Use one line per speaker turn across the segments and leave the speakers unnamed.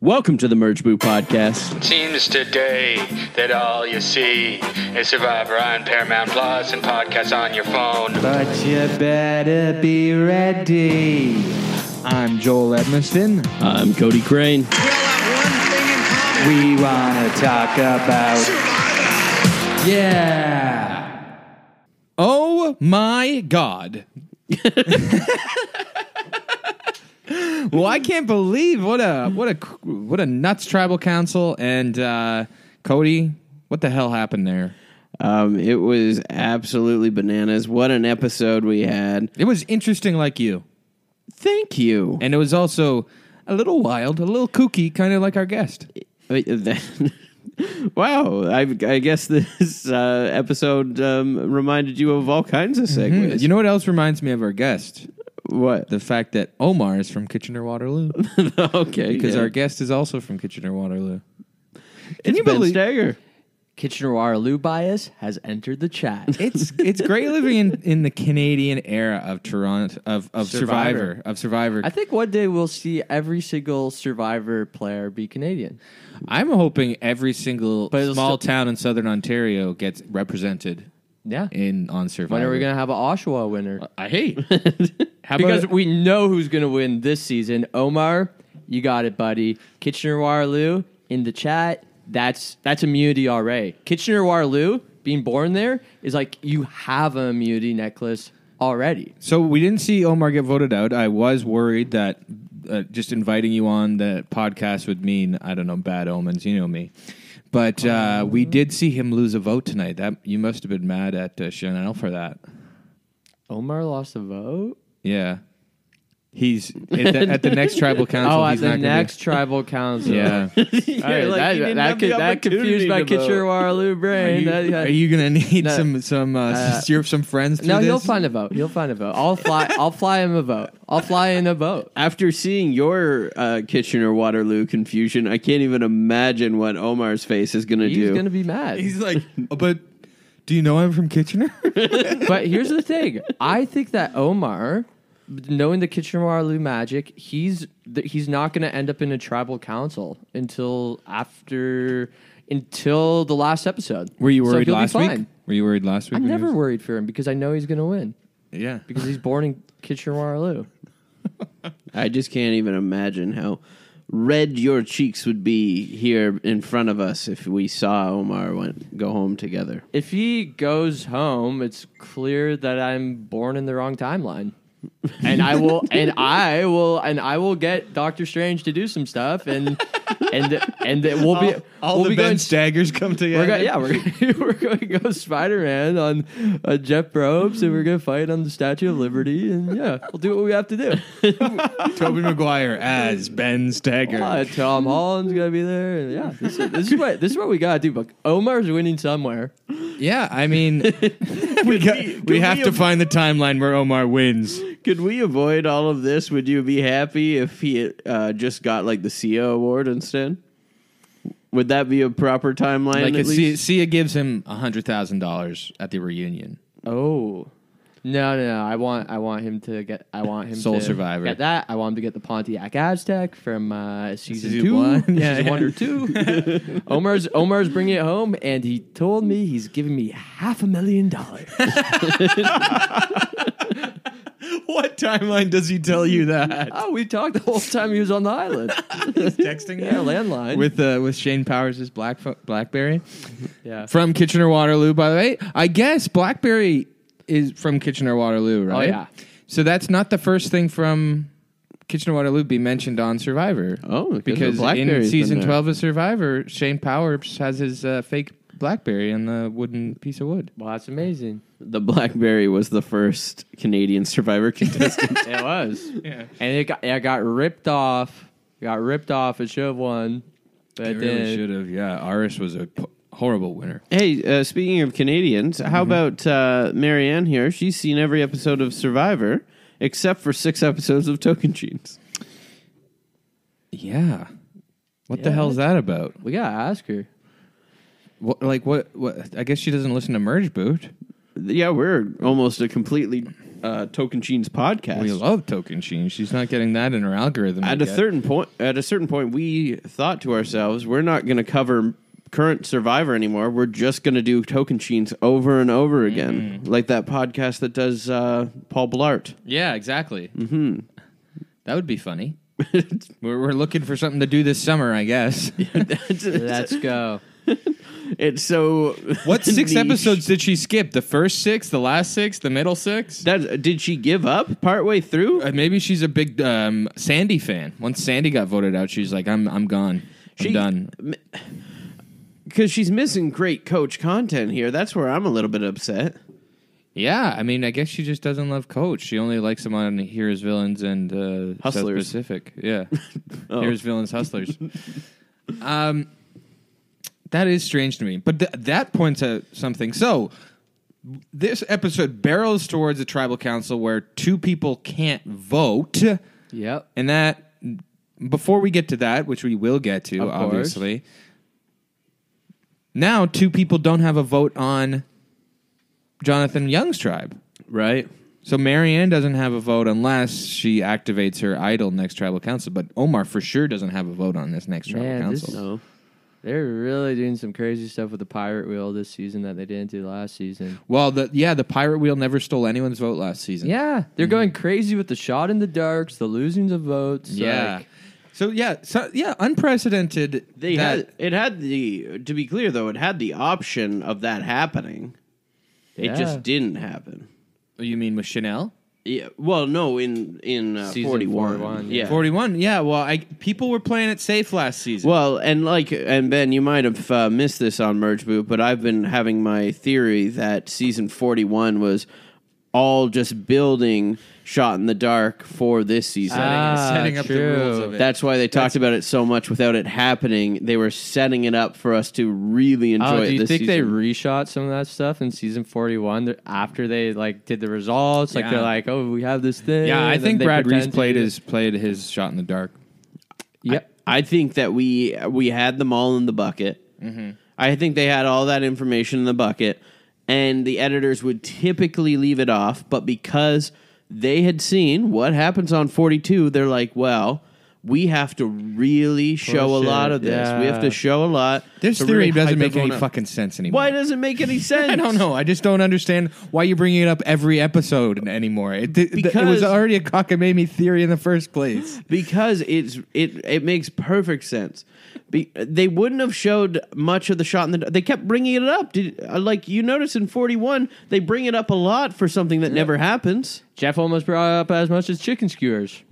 Welcome to the Merge Boot Podcast.
Seems today that all you see is Survivor on Paramount Plus and podcasts on your phone.
But you better be ready. I'm Joel Edmiston.
I'm Cody Crane.
We want to talk about. Yeah.
Oh my God. well, I can't believe what a what a what a nuts tribal council and uh, Cody. What the hell happened there?
Um, it was absolutely bananas. What an episode we had.
It was interesting, like you,
Thank you.
and it was also a little wild, a little kooky, kind of like our guest.
Wait, that- wow. I, I guess this uh, episode um, reminded you of all kinds of segues.
Hmm, You know what else reminds me of our guest?
what?
The fact that Omar is from Kitchener Waterloo
okay.
because
yeah.
our guest is also from Kitchener Waterloo.
it's
you
Ben
believe-
Steger.
Kitchener Waterloo bias has entered the chat.
It's it's great living in, in the Canadian era of Toronto of, of Survivor.
Survivor.
of Survivor.
I think one day we'll see every single survivor player be Canadian.
I'm hoping every single
But it'll
small
still-
town in southern Ontario gets represented
Yeah.
in on Survivor.
When are we going to have an Oshawa winner?
I hate How
Because
about
we know who's going to win this season. Omar, you got it, buddy. Kitchener Waterloo in the chat. That's that's immunity already. Kitchener Waterloo being born there is like you have an immunity necklace already.
so we didn't see Omar get voted out. I was worried that uh, just inviting you on the podcast would mean I don't know bad omens. You know me. But uh,
Um.
we did see him lose a vote tonight. That you must have been mad at uh, Chanel for that.
Omar lost a vote.
Yeah. He's at the, at the next tribal council.
Oh, at
he's
the
not gonna be-
next tribal council.
yeah.
All right,
like, you
that,
didn't have
that,
the
could, that confused
opportunity
my
to
Kitchener
vote.
Waterloo brain. That-
you,
that-
are you gonna need
No.
some some uh,
Uh,
syrup, some friends? Through
no,
this?
he'll find a vote. He'll find a vote. I'll fly. I'll fly him a vote. I'll fly in a vote.
After seeing your uh, Kitchener Waterloo confusion, I can't even imagine what Omar's face is going to
He's
do.
gonna be mad.
He's like, "Oh, but do you know I'm from Kitchener?
but here's the thing. I think that Omar, knowing the Kitchener Waterloo magic, he's th- he's not going to end up in a tribal council until after until the last episode.
Were you
So
worried
he'll be
last week?
fine.
Were you worried last week?
I'm
when he
never
was-
worried for him because I know he's going to win
Yeah.
because he's born in Kitchener Waterloo.
I just can't even imagine how red your cheeks would be here in front of us if we saw Omar went go home together.
If he goes home, it's clear that I'm born in the wrong timeline. and I will and I will and I will get Doctor Strange to do some stuff and and and it will be we'll be going
Staggers come together.
we're going yeah, we're gonna, we're going to go Spider-Man on uh, Jeff Probst and we're going to fight on the Statue of Liberty and yeah, we'll do what we have to do.
Toby Maguire as Ben Stagger.
Uh, Tom Holland's going to be there and yeah, this is, this is what this is what we got to do. But Omar's winning somewhere.
Yeah, I mean, we got, we have to find the timeline where Omar wins.
Could we avoid all of this? Would you be happy if he uh, just got like the CEO award instead? Would that be a proper timeline?
Like,
at
Sia,
least?
Sia gives him hundred thousand dollars at the reunion.
Oh. No, no, no. I want I want him to get I want him
Soul
to
Survivor.
Get that. I want him to get the Pontiac Aztec from uh, season,
Season
two,
one.
season
Yeah, yeah.
one or two. Omar's Omar's bringing it home, and he told me he's giving me half a million dollars.
What timeline does he tell you that?
oh, we talked the whole time he was on the island.
Texting
yeah, landline.
with uh, with Shane Powers' Black Blackberry
yeah,
from Kitchener Waterloo. By the way, I guess Blackberry is from Kitchener Waterloo, right?
yeah.
So that's not the first thing from Kitchener Waterloo be mentioned on Survivor.
Oh,
because in
Blackberry's been
season
there.
twelve of Survivor, Shane Powers has his uh, fake Blackberry on the wooden piece of wood.
well, that's amazing.
the BlackBerry was the first Canadian Survivor contestant.
It was, and it got it got ripped off. It got ripped off. It should have won, but it didn't.
have. Yeah, Aris was a horrible winner.
hey, uh, speaking of Canadians, how about uh, Marianne here? She's seen every episode of Survivor except for six episodes of Token Jeans.
Yeah. What the
Yeah.
hell's that about?
We gotta ask her.
What, like what, what? I guess she doesn't listen to Merge Boot.
Yeah, we're almost a completely uh, Token Sheen's podcast.
We love Token Sheen. She's not getting that in her algorithm.
at a
yet.
certain point, at a certain point, we thought to ourselves, we're not going to cover current Survivor anymore. We're just going to do Token Sheens over and over again, like that podcast that does uh, Paul Blart.
Yeah, exactly. Mm-hmm. That would be funny. we're, we're looking for something to do this summer, I guess.
Let's go.
It's so
What six
niche.
episodes did she skip? The first six, the last six, the middle six?
That did she give up partway through?
Uh, maybe she's a big um, Sandy fan. Once Sandy got voted out, she's like, "I'm I'm gone. I'm
She-
done."
Because she's missing great coach content here. That's where I'm a little bit upset.
Yeah, I mean, I guess she just doesn't love Coach. She only likes him on Heroes, Villains, and uh,
Hustlers.
South Pacific. Yeah, Heroes, Villains, Hustlers. um, that is strange to me, but th- that points out something. So this episode barrels towards a tribal council where two people can't vote,
Yep.
and that before we get to that, which we will get to,
course.
obviously. Now, two people don't have a vote on Jonathan Young's tribe.
Right.
So Marianne doesn't have a vote unless she activates her idol next tribal council. But Omar for sure doesn't have a vote on this next tribal
Man, this
council.
is- They're really doing some crazy stuff with the pirate wheel this season that they didn't do last season.
well, the, yeah, the pirate wheel never stole anyone's vote last season.
Yeah, they're going crazy with the shot in the darks, the losings of votes.
yeah.
like-
so yeah, so yeah, unprecedented.
They
that-
had it had the to be clear though it had the option of that happening. It
Yeah.
just didn't happen.
Oh, you mean with Chanel?
Yeah. Well, no, in in uh,
Season
41.
41,
yeah.
yeah.
Forty-one. Yeah. Well, I, people were playing it safe last season.
Well, and like and Ben, you might have uh, missed this on Merge Boot, but I've been having my theory that season 41 was all just building shot in the dark for this season.
Ah,
setting up the rules
true.
of it.
That's why they talked about it so much without it happening. They were setting it up for us to really enjoy
Oh,
it
do you
this
think they
season.
reshot some of that stuff in season forty-one They're- after they like did the results? Like
Yeah.
they're like, oh, we have this thing.
yeah, I
and
think
they
Brad Reese
pretend to
played
do-
his played his shot in the dark.
Yep.
I think that we we had them all in the bucket.
Mm-hmm.
I think they had all that information in the bucket, and the editors would typically leave it off, but because they had seen what happens on 42, they're like, well, we have to really show a
Push
lot
it,
of this. We have
yeah.
to show a lot.
This
to
theory
really hype
doesn't make any
everyone up.
fucking sense anymore.
Why does it make any sense?
I don't know. I just don't understand why you're bringing it up every episode anymore. It, th- th- it
Because-
was already a cockamamie theory in the first place.
because it's it it makes perfect sense. Be, they wouldn't have showed much of the shot in the. They kept bringing it up. Did, uh, like you notice in forty one, they bring it up a lot for something that never happens.
Jeff almost brought up as much as chicken skewers.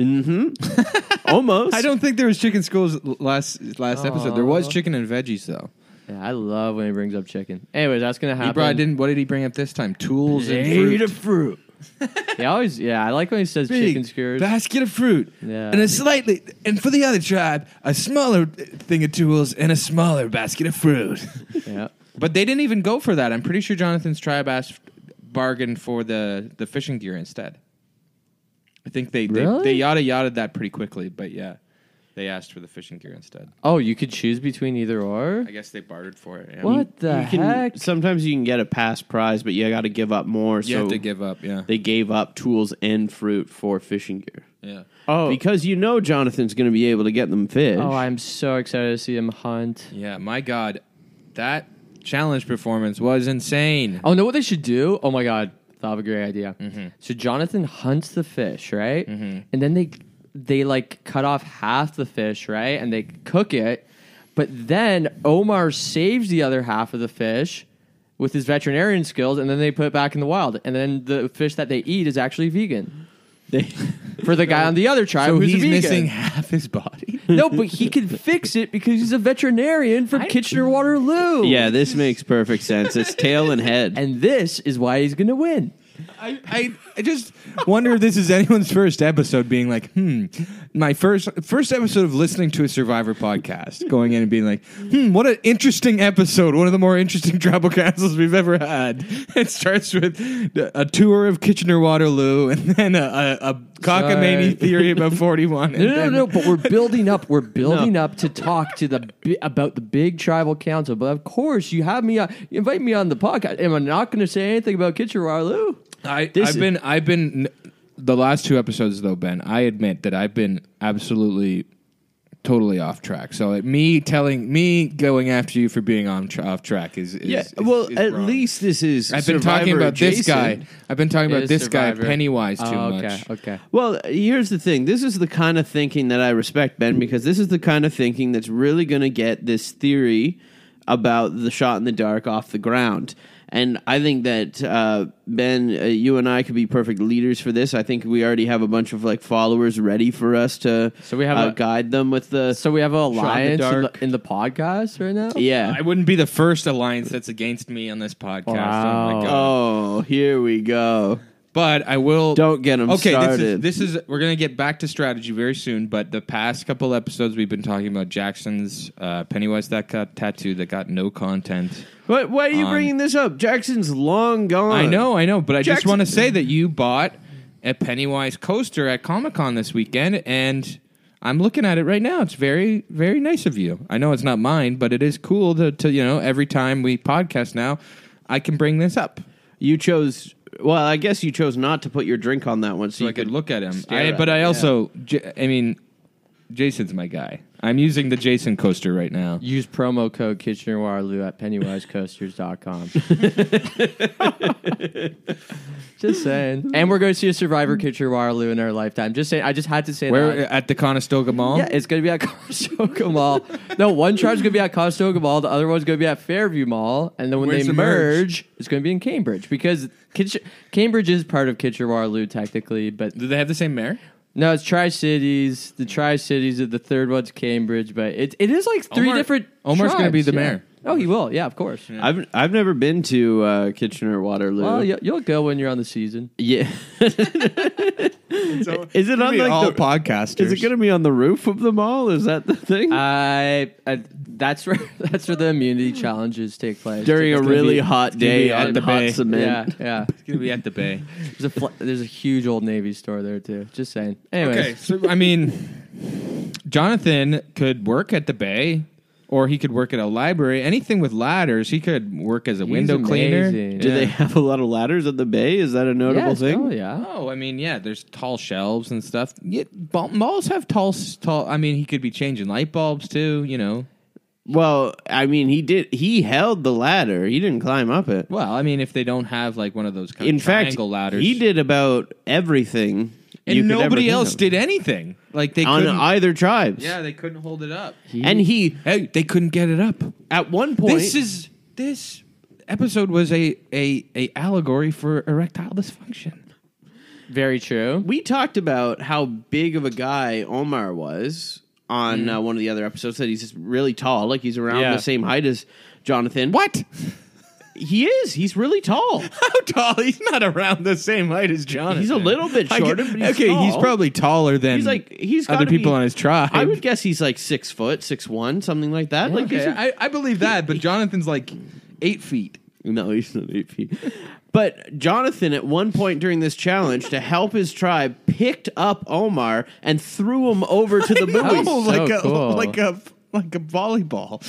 Almost.
I don't think there was chicken schools l- last last episode. There was
Aw.
chicken and veggies though.
Yeah, I love when he brings up chicken. Anyways, that's gonna happen.
He brought in what did he bring up this time? Tools and
Eat
fruit.
a fruit.
He always, yeah, I like when he says chicken skewers.
basket of fruit.
Yeah.
And a slightly and for the other tribe, a smaller thing of tools and a smaller basket of fruit.
yeah.
but they didn't even go for that. I'm pretty sure Jonathan's tribe asked bargained for the the fishing gear instead. I think they
Really?
they, they yada yada that pretty quickly, but yeah. They asked for the fishing gear instead.
Oh, you could choose between either or.
I guess they bartered for it. yeah.
What the
You can-
heck?
Sometimes you can get a past prize, but you got to give up more.
You
so
have to give up, yeah.
They gave up tools and fruit for fishing gear.
yeah.
Oh,
Because you know Jonathan's going to be able to get them fish.
oh, I'm so excited to see him hunt.
Yeah, my God, that challenge performance was insane.
Oh, know what they should do? Oh my god, I have a great idea. So Jonathan hunts the fish, right? And then they they like cut off half the fish, right? And they cook it. But then Omar saves the other half of the fish with his veterinarian skills, and then they put it back in the wild. And then the fish that they eat is actually vegan.
They-
For the guy on the other tribe
So
who's a
he's
vegan.
missing half his body.
no, but he can fix it because he's a veterinarian from Kitchener Waterloo.
yeah, this makes perfect sense. It's tail and head.
And this is why he's gonna win.
I, I, I just wonder if this is anyone's first episode being like, hmm, my first first episode of listening to a Survivor podcast, going in and being like, hmm, what an interesting episode, one of the more interesting tribal councils we've ever had. It starts with a tour of Kitchener Waterloo and then a, a, a cockamamie
Sorry.
theory about 41. and
No, no, no,
then-
no, but we're building up. We're building up to talk to the bi- about the big tribal council. But of course, you have me on, you invite me on the podcast. Am I not going to say anything about Kitchener Waterloo?
I,
This
I've
is-
been I've been the last two episodes though, Ben. I admit that I've been absolutely totally off track. So like, me telling me going after you for being on tra- off track is, is
yeah.
is-
well,
is
at
wrong.
least this is.
I've been
Survivor
talking about this
adjacent.
guy. I've been talking about
Is
this
Survivor.
guy Pennywise too
Oh, okay,
much.
okay.
Well, here's the thing. This is the kind of thinking that I respect, Ben, because this is the kind of thinking that's really going to get this theory about the shot in the dark off the ground. And I think that uh, Ben, uh, you and I could be perfect leaders for this. I think we already have a bunch of like followers ready for us to
So we have
uh,
a-
guide them with the
So we have an
the
alliance in the,
dark.
in the podcast right now.
yeah.
I wouldn't be the first alliance that's against me on this podcast. Oh
Wow.
my god.
oh, here we go.
But I will
Don't get 'em
okay,
started.
This is, this is we're gonna get back to strategy very soon. But the past couple episodes we've been talking about Jackson's uh, Pennywise that got tattoo that got no content.
What? Why are you
On-
bringing this up? Jackson's long gone.
I know, I know, but I just
Jackson-
want to say that you bought a Pennywise coaster at Comic Con this weekend, and I'm looking at it right now. It's very, very nice of you. I know it's not mine, but it is cool to, to you know every time we podcast now, I can bring this up
You chose. Well, I guess you chose not to put your drink on that one, so,
so
you
I could
could
look at him.
stare
I,
at
but
it,
I
yeah.
also, J- I mean, Jason's my guy. I'm using the Jason coaster right now.
Use promo code Kitchener Waterloo at PennywiseCoasters.com. just saying. And we're going to see a Survivor Kitchener Waterloo in our lifetime. Just saying. I just had to say
Where
that.
at the Conestoga Mall?
Yeah, it's gonna be at Conestoga Mall. no, one chart's gonna be at Conestoga Mall. The other one's gonna be at Fairview Mall. And then when
Where's
they
the
merge,
merge?
it's gonna be in Cambridge because Kitch- Cambridge is part of Kitchener Waterloo technically, but
Do they have the same mayor?
no, it's Tri Cities. The Tri Cities. The third one's Cambridge, but it it is like three
Omar-
different.
Omar's gonna
tribes,
be the
yeah.
mayor.
Oh, he will. Yeah, of course.
I've I've never been to uh, Kitchener Waterloo.
Well, you, you'll go when you're on the season.
yeah. is it on like the
podcasters?
Is it going to be on the roof of the mall? Is that the thing?
Uh, I, I that's where that's where the immunity challenges take place
During a
It's gonna
really
be-
hot
gonna be
day
on
on
the
hot
bay.
Yeah,
cement.
yeah.
It's gonna be at the Bay.
There's a fl- there's a huge old Navy store there too. Just saying. Anyways,
Okay, so I mean, Jonathan could work at the Bay, or he could work at a library. Anything with ladders, he could work as a window cleaner.
amazing.
Do they
Yeah.
have a lot of ladders at the bay? Is that a notable
Yes,
thing?
Oh yeah.
Oh, I mean, yeah. There's tall shelves and stuff. Yeah, ba- malls have tall, s- tall. I mean, he could be changing light bulbs too. You know.
Well, I mean, he did. He held the ladder. He didn't climb up it.
Well, I mean, if they don't have like one of those kind
In
of
fact,
triangle ladders,
he did about everything. you
and
could ever
nobody
think
else
of.
did anything. Like they
on
couldn't.
either tribes.
yeah, they couldn't hold it up.
And he
Hey, they couldn't get it up.
at one point
This is this episode was a a, a allegory for erectile dysfunction.
Very true.
we talked about how big of a guy Omar was on
Mm.
uh, one of the other episodes that he's just really tall, like he's around
Yeah.
the same height as Jonathan.
What?
He is. He's really tall.
How tall? He's not around the same height as Jonathan.
He's a little bit
I get-
shorter, but he's
okay, he's
tall.
probably taller than
He's like he's
other
gotta
people
be-
on his tribe.
I would guess he's like six foot, six one, something like that. like he's
Okay,
a-
I, I believe that, but Jonathan's like eight feet.
No, he's not eight feet. But Jonathan, at one point during this challenge, to help his tribe, picked up Omar and threw him over to the buoys.
Oh, like
so
a
cool.
like a like a volleyball.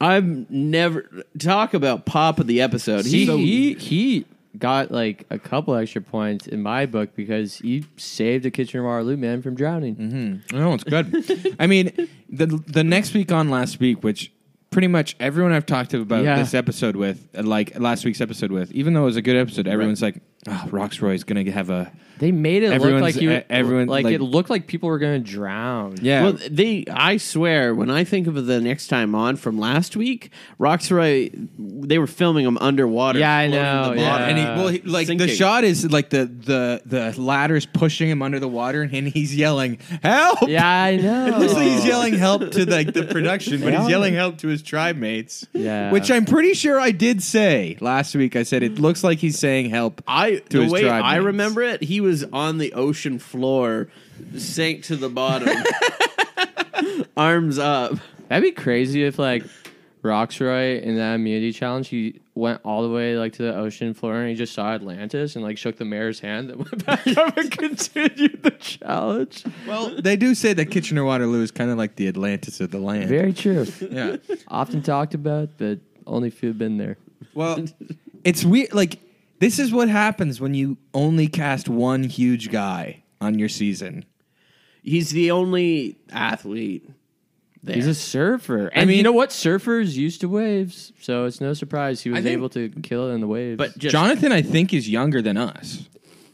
I've never talk about pop of the episode.
He
He's so-
he he got like a couple extra points in my book because he saved the Kitchener Waterloo man from drowning.
Mm-hmm. Hmm. No, it's good. I mean, the the next week on last week, which pretty much everyone I've talked to about
Yeah.
this episode with, uh, like last week's episode with, even though it was a good episode, everyone's like, oh, Roxroy's gonna have a
They made it look
Everyone's-
like he
e- everyone,
like,
like-
it looked like people were gonna drown.
yeah.
well, they. I swear, when I think of the next time on from last week, Roxroy, they were filming him underwater.
Yeah, I
floating in
know,
the
yeah.
bottom.
and he, well, he, like
Sinking.
the shot is like the the the ladder's pushing him under the water, and he's yelling help.
Yeah, I
It
know.
looks like he's yelling help to like the production, but he's yelling help to his tribe mates.
Yeah.
which I'm pretty sure I did say last week. I said it looks like he's saying help.
I
to
the
his
way
tribe
I
mates.
remember it, he was on the ocean floor, sank to the bottom, arms up.
That'd be crazy if like Roxroy in that immunity challenge, he went all the way like to the ocean floor and he just saw Atlantis and like shook the mayor's hand that went back up and continued the challenge.
Well, they do say that Kitchener Waterloo is kind of like the Atlantis of the land.
Very true.
yeah.
Often talked about, but only few have been there.
Well, it's weird. Like This is what happens when you only cast one huge guy on your season.
He's the only athlete. There.
He's a surfer. And
mean-
you know what? Surfers used to waves, so it's no surprise he was
think-
able to kill it in the waves.
but just
Jonathan, I think, is younger than us.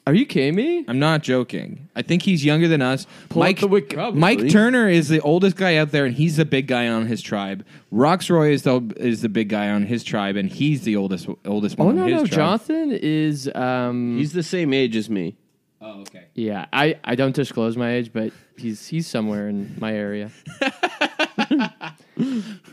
are you kidding me?
I'm not joking. I think he's younger than us.
up
Mike,
the wiki- Probably.
Mike Turner is the oldest guy out there, and he's the big guy on his tribe. Roxroy is the is the big guy on his tribe, and he's the oldest oldest one.
Oh
on
no,
his
no.
tribe.
Jonathan is um
he's the same age as me.
Oh, okay.
yeah, I, I don't disclose my age, but he's he's somewhere in my area.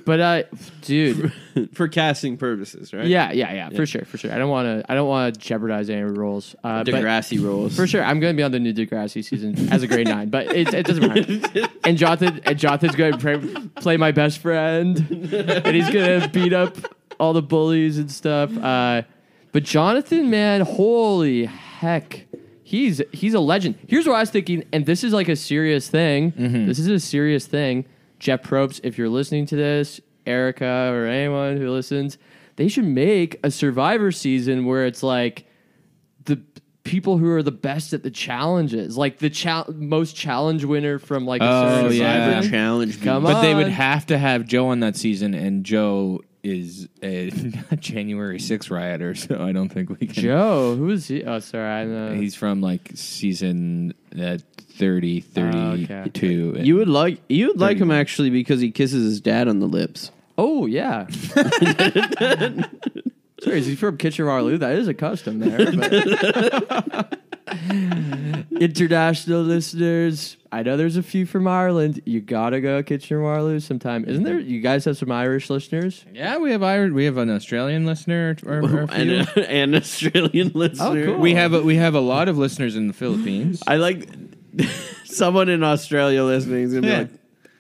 but uh dude,
For casting purposes, right?
yeah, yeah, yeah, for sure, for sure. I don't want to I don't want to jeopardize any roles. Uh but-
Degrassi rolls.
For sure, I'm going to be on the new Degrassi season as a grade nine, but it, it doesn't matter. And Jonathan, and Jonathan's going to play, play my best friend, and he's going to beat up all the bullies and stuff. Uh, but Jonathan, man, holy heck, he's he's a legend. Here's what I was thinking, and this is like a serious thing. This is a serious thing. Jeff Probst, if you're listening to this, Erica or anyone who listens, they should make a Survivor season where it's like the people who are the best at the challenges, like the chal most challenge winner from like a
Oh,
certain
yeah.
survivor.
challenge.
Come
But they would
on.
have to have Joe on that season, and Joe is a January 6th rioter, so I don't think we can.
Joe, who is he? Oh, sorry, I know.
He's from like season uh, 30,
Oh,
32.
okay.
You would like you would like him actually because he kisses his dad on the lips.
oh yeah. sorry, is he from Kitchener-Waterloo? That is a custom there. but- International listeners, I know there's a few from Ireland. You gotta go Kitchener-Waterloo sometime, isn't there? You guys have some Irish listeners.
yeah, we have Irish, we have an Australian listener. Or, or a
And
few.
an an Australian listener.
cool.
we have a, we have a lot of listeners in the Philippines.
I like someone in Australia listening is gonna be
Yeah.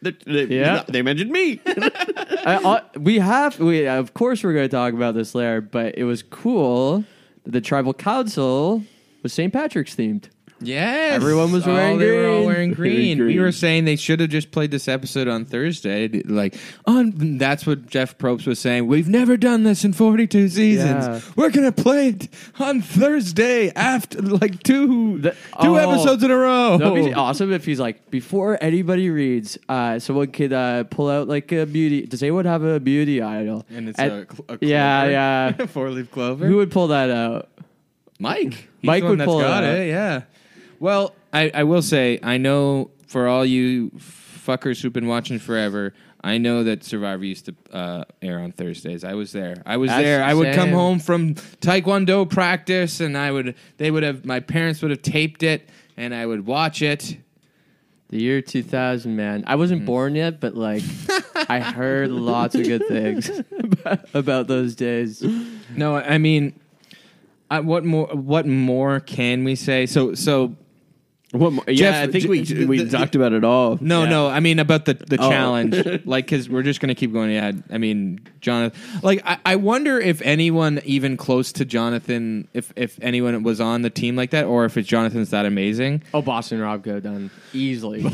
like, they, they-
Yeah.
they mentioned me.
I, I, we have we of course we're going to talk about this later, but it was cool that the tribal council was St. Patrick's themed.
Yes, Oh,
Everyone was wearing
they were all
green.
wearing green.
green.
We were saying they should have just played this episode on Thursday. Like, on that's what Jeff Probst was saying. We've never done this in forty-two seasons.
Yeah.
We're gonna play it on Thursday after like two
The-
two
oh.
episodes in a row.
That would be awesome if he's like before anybody reads, uh, someone could uh, pull out like a beauty. Does anyone have a beauty idol?
And it's a cl- a clover.
yeah, yeah.
Four-leaf clover.
Who would pull that out?
Mike. He's
Mike
the one
would
that's
pull it
got
out.
it. Yeah. Well, I, I will say I know for all you fuckers who've been watching forever. I know that Survivor used to uh, air on Thursdays. I was there. I was
That's
there. I would come
insane.
home from Taekwondo practice, and I would. They would have. My parents would have taped it, and I would watch it.
The year 2000, man. I wasn't
Mm.
born yet, but like I heard lots of good things about those days.
No, I mean, I, what more? What more can we say? So, so
What more- yeah,
Jeff,
I think
J-
we
the-
we
the-
talked about it all.
No,
Yeah.
no. I mean about the the
Oh.
challenge, like because we're just gonna keep going ahead. I mean, Jonathan. Like, I, I wonder if anyone even close to Jonathan, if if anyone was on the team like that, or if it's Jonathan's that amazing.
Oh, Boston Rob go done easily.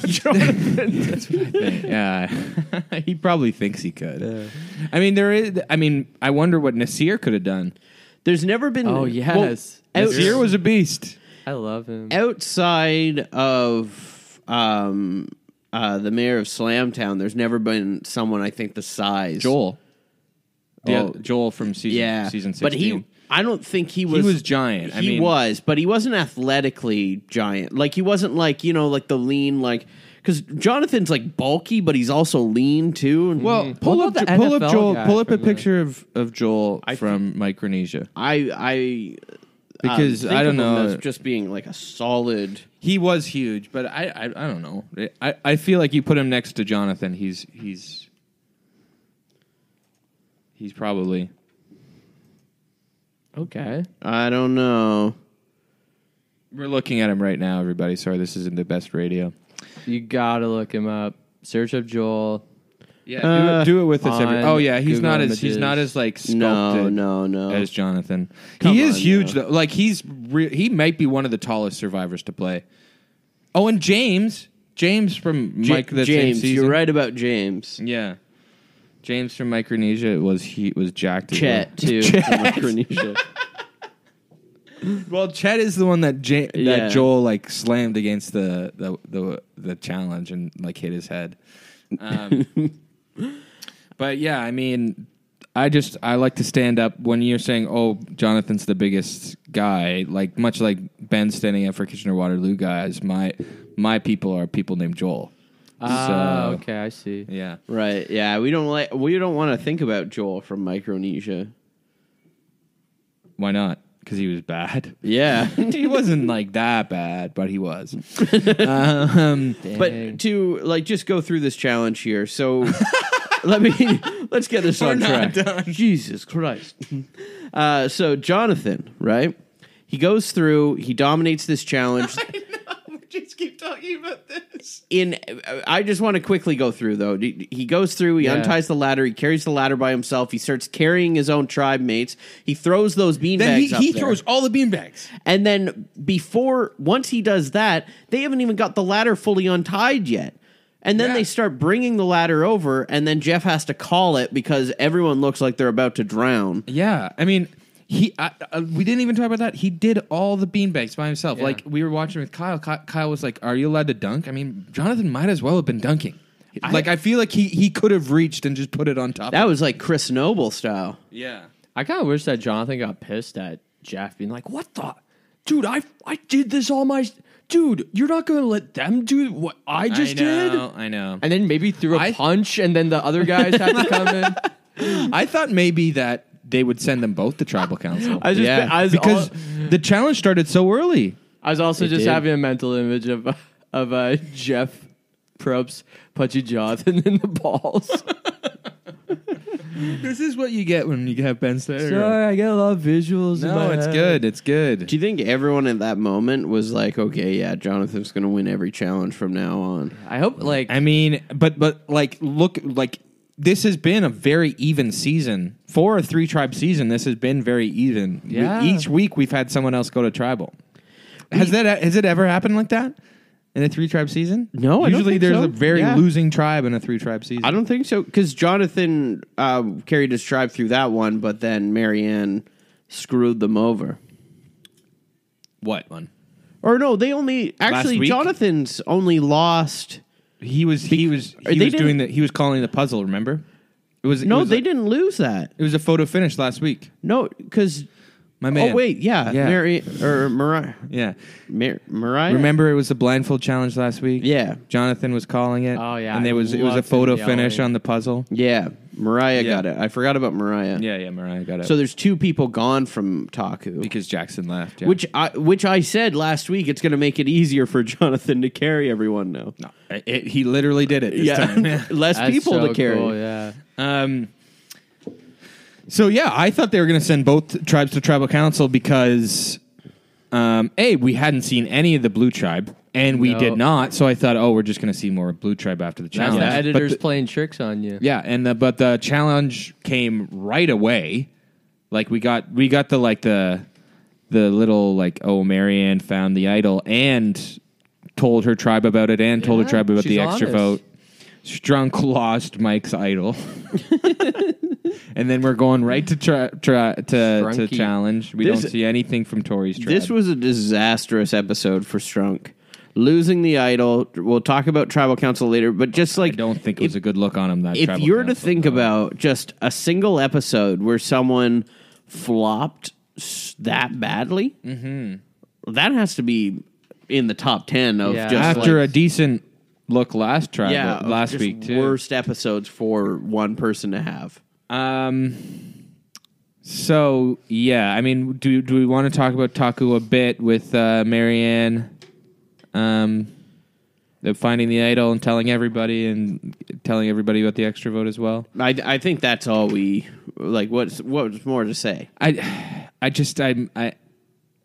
yeah, he probably thinks he could. I mean, there is. I mean, I wonder what Nasir could have done.
There's never been.
Oh,
well,
yes.
out-
Nasir was a beast.
I love him.
outside of um, uh, the mayor of Slamtown. There's never been someone I think the size
Joel. The
Oh.
oth- Joel from season
Yeah,
season
but
sixteen.
he. I don't think he
he
was.
was, giant. I
he
mean,
was, but he wasn't athletically giant. Like he wasn't like you know like the lean like because Jonathan's like bulky, but he's also lean too. And Mm-hmm.
Well, pull up,
about the
pull up
NFL
Joel.
guy
Pull up a
from the-
picture of, of Joel from Micronesia
I I um,
because
think
I don't
of him
know.
as just being like a solid.
he was huge, but I, I I don't know. I I feel like you put him next to Jonathan. He's he's he's probably
okay.
I don't know.
we're looking at him right now, everybody. Sorry, this isn't the best radio.
You gotta look him up. Search up Joel.
Yeah,
Uh,
do, it, do it with us. Every,
on
oh yeah, he's
Google
not as he's
Images.
not as like sculpted.
No, no, no.
As Jonathan,
Come
he is
on,
huge
now.
though. Like he's re- he might be one of the tallest survivors to play. Oh, and James, James from
Ja-
Mike. The same
James,
season.
you're right about James.
Yeah, James from Micronesia was he was jacked. as well.
Chet too. from Micronesia.
Well, Chet is the one that ja- that
Yeah.
Joel like slammed against the the, the the challenge and like hit his head. Um, but yeah, I mean, I just I like to stand up when you're saying, "Oh, Jonathan's the biggest guy." Like much like Ben standing up for Kitchener Waterloo guys, my my people are people named Joel.
Ah,
So,
okay, I see.
Yeah.
Right. Yeah. We don't like. We don't want to think about Joel from Micronesia.
Why not? Because he was bad.
Yeah.
he wasn't like that bad, but he was.
but to like just go through this challenge here. So let me let's get this on track. Jesus Christ. Uh, so Jonathan, right? He goes through. He dominates this challenge.
Just keep talking about this.
in I just want to quickly go through though. He goes through, he
Yeah.
unties the ladder, he carries the ladder by himself, he starts carrying his own tribe mates. He throws those
Then he,
beanbags up
he
there.
throws all the beanbags.
And then before once he does that, they haven't even got the ladder fully untied yet. And then
Yeah.
they start bringing the ladder over and then Jeff has to call it because everyone looks like they're about to drown.
Yeah, I mean, he. I, uh, we didn't even talk about that. He did all the beanbags by himself. Like we were watching with Kyle. Ky- Kyle was like, "Are you allowed to dunk?" I mean, Jonathan might as well have been dunking. like I feel like he he could have reached and just put it on top.
That was like Chris Noble style.
yeah.
I kind of wish that Jonathan got pissed at Jeff being like, "What the, dude? I I did this all my dude. You're not gonna let them do what I just did."
I know.
And then maybe threw a
I-
punch, and then the other guys had to come in.
I thought maybe that they would send them both to tribal council.
I was just-
Yeah.
I was
because the challenge started so early.
I was also just
did.
having a mental image of of uh, Jeff Probst punching Jonathan in the balls.
This is what you get when you have Ben Stiller.
I get a lot of visuals.
No, it's good. It's good.
Do you think everyone at that moment was like, okay, yeah, Jonathan's going to win every challenge from now on?
I hope like
I mean, but but like look like this has been a very even season. For a three tribe season, this has been very even. We-
Yeah.
each week we've had someone else go to tribal. Has that has it ever happened like that in a three tribe season?
No, I don't
usually
think
there's
so.
a very
Yeah.
losing tribe in a three tribe season.
I don't think so because Jonathan uh, carried his tribe through that one, but then Marianne screwed them over.
what one.
Or no, they only actually
week?
Jonathan's only lost.
He was he was
they
he was
didn't-
doing the he was calling the puzzle. Remember, it was it
No,
was
they
a-
didn't lose that.
It was a photo finish last week.
No, because
My man.
oh wait, yeah,
Yeah.
Mary or Mariah,
yeah.
Mar- Mariah.
Remember, it was the blindfold challenge last week.
Yeah.
Jonathan was calling it.
Oh, yeah,
and
I
there was it was a
loved
photo
him
finish
yelling.
on the puzzle.
Yeah, Mariah
Yeah.
got it. I forgot about Mariah.
Yeah, yeah, Mariah got it.
So there's two people gone from Taku.
because Jackson left, yeah.
Which I which I said last week, it's going to make it easier for Jonathan to carry everyone now.
no, it, he literally did it this time.
less
that's
people
so
to carry.
cool, yeah,
Um, so yeah, I thought they were going to send both tribes to tribal council because, um, a we hadn't seen any of the blue tribe, and we
No.
did not. So I thought, oh, we're just going to see more blue tribe after the
that's
challenge.
the
But
editors
the-
playing tricks on you.
Yeah, and the, but the challenge came right away. Like we got we got the like the the little like oh Marianne found the idol and told her tribe about it and told her
Yeah,
tribe about the
she's
extra vote.
honest.
Strunk lost Mike's idol, and then we're going right to try tri- to, to
Strunky.
challenge. We
This-
don't see anything from Tori's tribe.
This was a disastrous episode for Strunk. Losing the idol. We'll talk about tribal council later, but just like
I don't think it was a good look on him. That
if
tribal
you're to
council,
think
though.
about just a single episode where someone flopped s- that badly, that has to be in the top ten of
Yeah.
just
Mm-hmm. after
like,
a decent look last tribe uh,
yeah of
last
just
week too.
worst episodes for one person to have.
Um. So yeah, I mean, do do we want to talk about Taku a bit with uh, Marianne? Um, the finding the idol and telling everybody and telling everybody about the extra vote as well.
I, I think that's all we like. What's what's more to say?
I, I just I I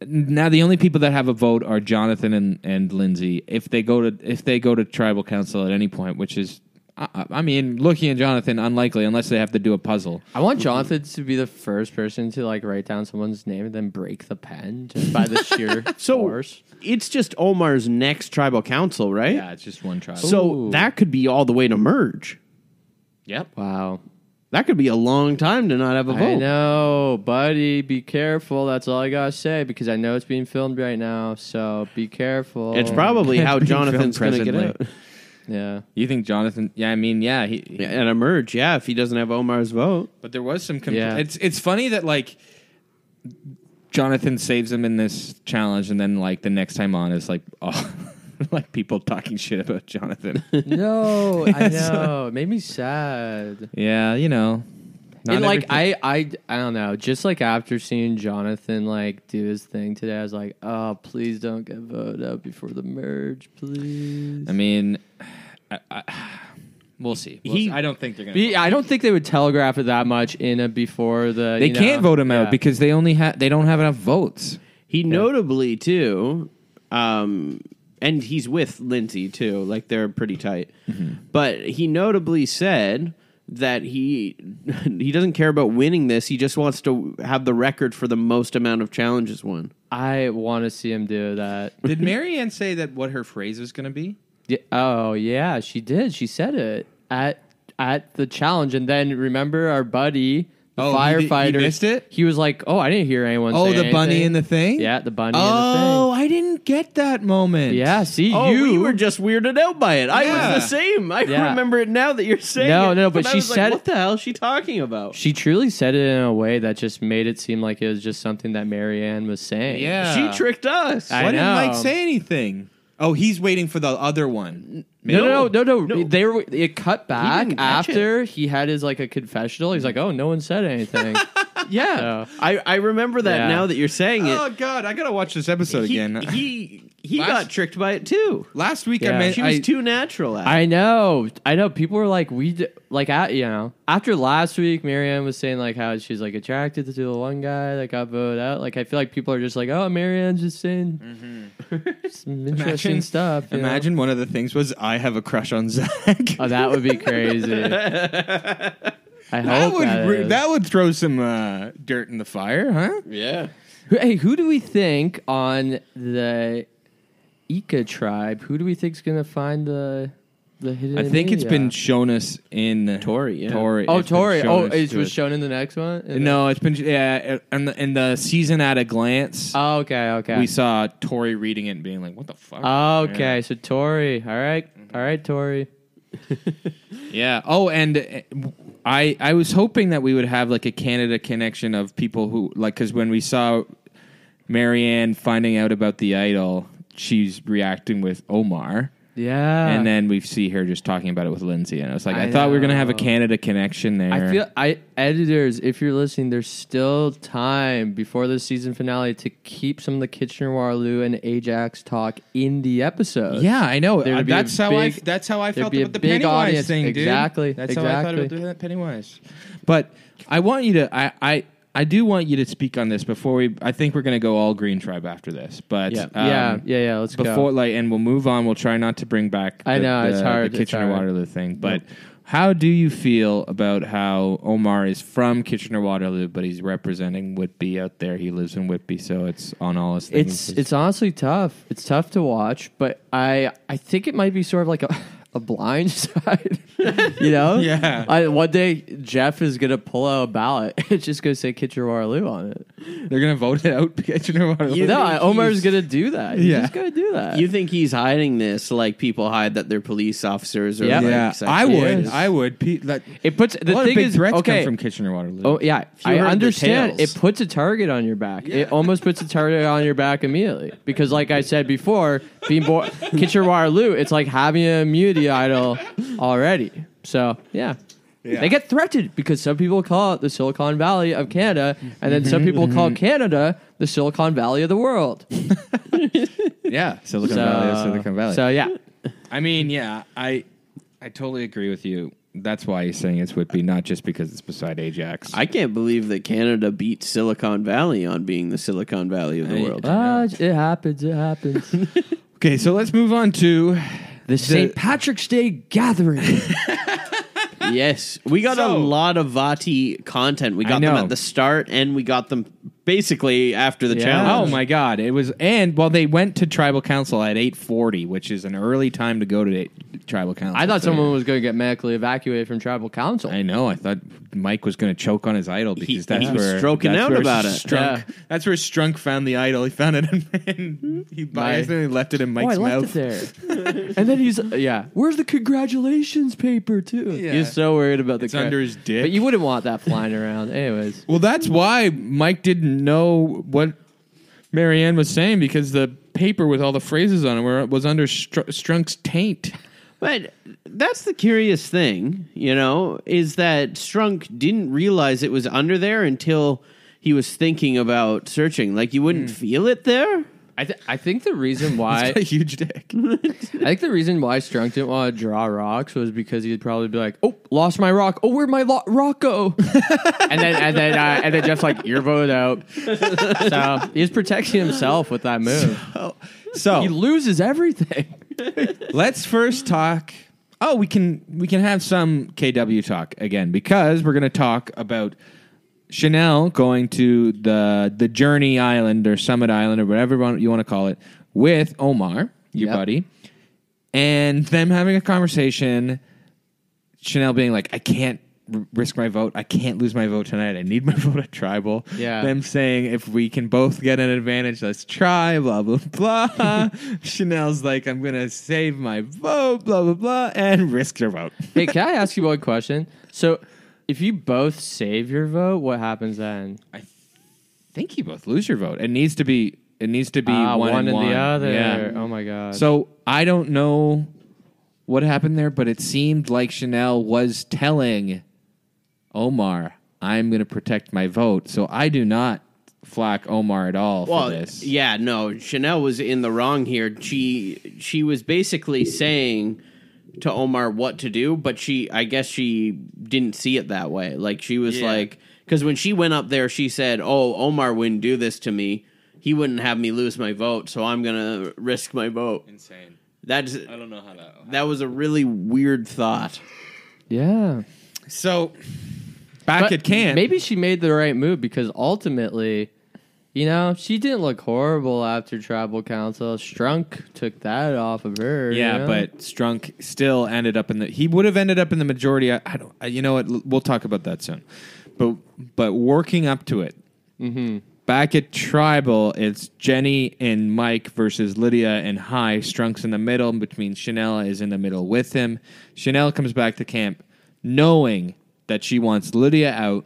now the only people that have a vote are Jonathan and and Lindsay. If they go to if they go to tribal council at any point, which is. I I mean, looking at Jonathan, unlikely unless they have to do a puzzle.
I want Jonathan to be the first person to like write down someone's name and then break the pen just by the sheer
So
force.
it's just Omar's next tribal council, right?
it's just one tribe.
So
Ooh.
that could be all the way to merge.
yep.
Wow.
That could be a long time to not have a vote.
I know, buddy. Be careful. That's all I gotta say because I know it's being filmed right now. So be careful.
It's probably how
Be filmed
Jonathan's going to get out.
presently.
yeah.
You think Jonathan? Yeah, I mean, yeah, he.
Yeah, and emerge, yeah, if he doesn't have Omar's vote.
But there was some. Compl-
Yeah.
It's it's funny that like Jonathan saves him in this challenge, and then like the next time on is like oh, like people talking shit about Jonathan.
No, I know. It made me sad.
yeah, you know. not
and like
everything-
I, I, I don't know. Just like after seeing Jonathan like do his thing today, I was like, oh, please don't get voted out before the merge, please.
I mean, I, I, we'll see. We'll
He-
see. I don't think they're gonna.
Be- I don't think they would telegraph it that much in a before the.
they
you know,
can't vote him
yeah.
out because they only have they don't have enough votes.
He notably too, um, and he's with Lindsay too. Like they're pretty tight. But he notably said that he he doesn't care about winning this. He just wants to have the record for the most amount of challenges won.
I want to see him do that.
Did Marianne say that what her phrase was gonna be?
Yeah, oh yeah, she did. She said it at at the challenge, and then remember our buddy, the
Oh, he did- he
firefighter,
missed it?
He was like, "Oh, I didn't hear anyone."
Oh,
say
the bunny
anything."
and the thing.
Yeah, the bunny.
Oh,
and
I didn't get that moment.
the thing. yeah. See
Oh,
you.
we were just weirded out by it. I
Yeah.
was the same. I
Yeah.
remember it now that you're saying.
No,
it.
no, but
I
she
was like,
said-
"What the hell is she talking about?"
she truly said it in a way that just made it seem like it was just something that Marianne was saying.
Yeah.
She tricked us.
I
Why didn't
know.
Mike say anything? Oh, he's waiting for the other one.
No, no, no, no, no.
No.
They were. It cut back
didn't catch
after he had his like a confessional. He's like, "Oh, no one said anything."
yeah, I, I remember that
Yeah.
now that you're saying it.
Oh God, I gotta watch this episode
he,
again.
He he
Last-
got tricked by it too.
Last week
Yeah.
I meant
She was
I-
too natural at it.
I know, I know. People were like, we d- like, at, you know, after last week, Marianne was saying like how she's like attracted to the one guy that got voted out. Like, I feel like people are just like, oh, Marianne's just saying
Mm-hmm.
some interesting
Imagine-
stuff. you know?
Imagine one of the things was I have a crush on Zach.
oh, that would be crazy. I hope
that would
that
re-
is.
that would throw some uh, dirt in the fire, huh?
Yeah.
Who- Hey, who do we think on the Ika tribe? Who do we think's gonna find the the hidden?
I think it's been
media?
shown us in
Tori, yeah.
Tori.
Oh,
It's been
Tori.
shown
Oh,
us
it
to
was
us.
shown in the next one. In the-
No, it's been yeah, and the, in the season at a glance,
Oh, okay. Okay.
we saw Tori reading it and being like, "What the fuck?"
Okay, so Tori. All right. All right, Tori.
Yeah. Oh, and uh, I I was hoping that we would have like a Canada connection of people who like because when we saw Marianne finding out about the idol, she's reacting with Omar,
Yeah.
and then we see her just talking about it with Lindsay, and I was like, I,
Ah. I
thought we were gonna have a
know.
Canada connection there.
I feel I editors, if you're listening, there's still time before the season finale to keep some of the Kitchener Waterloo and Ajax talk in the episode.
yeah, I know.
There'd
Uh,
be a
That's how I.
big-
That's how I
there'd
felt
be a
about the
big
Pennywise
audience.
thing, dude.
Exactly,
That's how I thought about
exactly.
the Pennywise. But I want you to. I. I I do want you to speak on this before we. I think we're going to go all Green Tribe after this, but
Yeah.
um,
yeah, yeah, yeah. Let's
before
go.
like and we'll move on we'll try not to bring back
I know,
the,
it's hard,
the
it's
kitchener
hard.
waterloo thing but how do you feel about how omar is from kitchener waterloo but he's representing whitby out there he lives in whitby so it's on all his things
It's it's honestly tough. It's tough to watch, but I I think it might be sort of like a a blind side, you know?
Yeah.
I, one day Jeff is gonna pull out a ballot. It's just gonna say Kitchener Waterloo on it.
they're gonna vote it out kitchener waterloo
You know, I, Omar's
he's-
gonna do that. He's
Yeah.
just gonna do that.
You think he's hiding this like people hide that they're police officers or
Yeah.
like
yeah
sex
i would
workers?
i would Pe- like,
it puts
a
the
lot
thing
of big
is
threats
okay.
come from kitchener waterloo
oh yeah,
you
I
heard the
understand.
tales.
It puts a target on your back. It almost puts a target on your back immediately because, like I said before, being born Kitchener Waterloo, it's like having a immunity idol already. So yeah. They get threatened because some people call it the Silicon Valley of Canada, and then some people call Canada the Silicon Valley of the world.
yeah silicon
So,
valley silicon valley
so yeah,
I mean, yeah, I I totally agree with you. That's why he's saying it's Whitby, not just because it's beside Ajax.
I can't believe that Canada beat Silicon Valley on being the Silicon Valley of the
I-
world.
Ah, it happens. It happens.
okay, so let's move on to
The St. Patrick's Day gathering.
yes, we got a
So-
lot of Vati content. We
I
got them
know.
at the start, and we got them basically after the
Yeah.
Oh
challenge.
my God! It was, and well, they went to tribal council at eight forty, which is an early time to go to the tribal council.
I thought
So-
someone was going to get medically evacuated from tribal council.
I know. I thought Mike was going to choke on his idol because
He-
that's
he was
where
stroking
that's
out
where
about it.
Strunk,
Yeah.
That's where Strunk found the idol. He found it and, and he biasly left it in
oh, I
Mike's
left
mouth.
it there. and then he's yeah. Where's the congratulations paper too?
Yeah.
He's so worried about the.
It's under his dick.
But you wouldn't want that flying around, anyways.
Well, that's why Mike didn't know what Marianne was saying because the paper with all the phrases on it were, was under Str- Strunk's taint.
But that's the curious thing, you know, is that Strunk didn't realize it was under there until he was thinking about searching. Like you wouldn't feel it there.
I th- I think the reason why
a huge dick.
I think the reason why Strunk didn't want to draw rocks was because he'd probably be like, "Oh, lost my rock. Oh, where'd my lo- rock go?" and then and then uh, and then Jeff's like, "You're voted out." so he's protecting himself with that move.
So
He loses everything.
let's first talk. Oh, we can we can have some KW talk again because we're going to talk about Chanel going to the the Journey Island or Summit Island or whatever you want to call it with Omar, your
Yep.
buddy, and them having a conversation. Chanel being like, I can't r- risk my vote. I can't lose my vote tonight. I need my vote at tribal.
Yeah.
Them saying, if we can both get an advantage, let's try, blah, blah, blah. Chanel's like, I'm going to save my vote, blah, blah, blah, and risk your vote.
hey, can I ask you one question? So, if you both save your vote, what happens then?
I think you both lose your vote. It needs to be, it needs to be
Ah,
one,
one
and one.
the other.
Yeah.
Oh my god.
So I don't know what happened there, but it seemed like Chanel was telling Omar, "I'm going to protect my vote." So I do not flack Omar at all for this.
yeah, no, Chanel was in the wrong here. She she was basically saying to Omar what to do, but she I guess she didn't see it that way. Like she was like cuz when she went up there she said, "Oh, Omar wouldn't do this to me. He wouldn't have me lose my vote, so I'm going to risk my vote."
Insane.
That's
don't know how that.
that was a really weird thought.
yeah.
So back
But
at camp,
Maybe she made the right move because ultimately, you know, she didn't look horrible after tribal council. Strunk took that off of her. you
Yeah,
know?
but Strunk still ended up in the. He would have ended up in the majority. I, I don't. I, you know what? l- We'll talk about that soon. But but working up to it. Back at Tribal, it's Jenny and Mike versus Lydia and High. Strunk's in the middle, which means Chanel is in the middle with him. Chanel comes back to camp knowing that she wants Lydia out.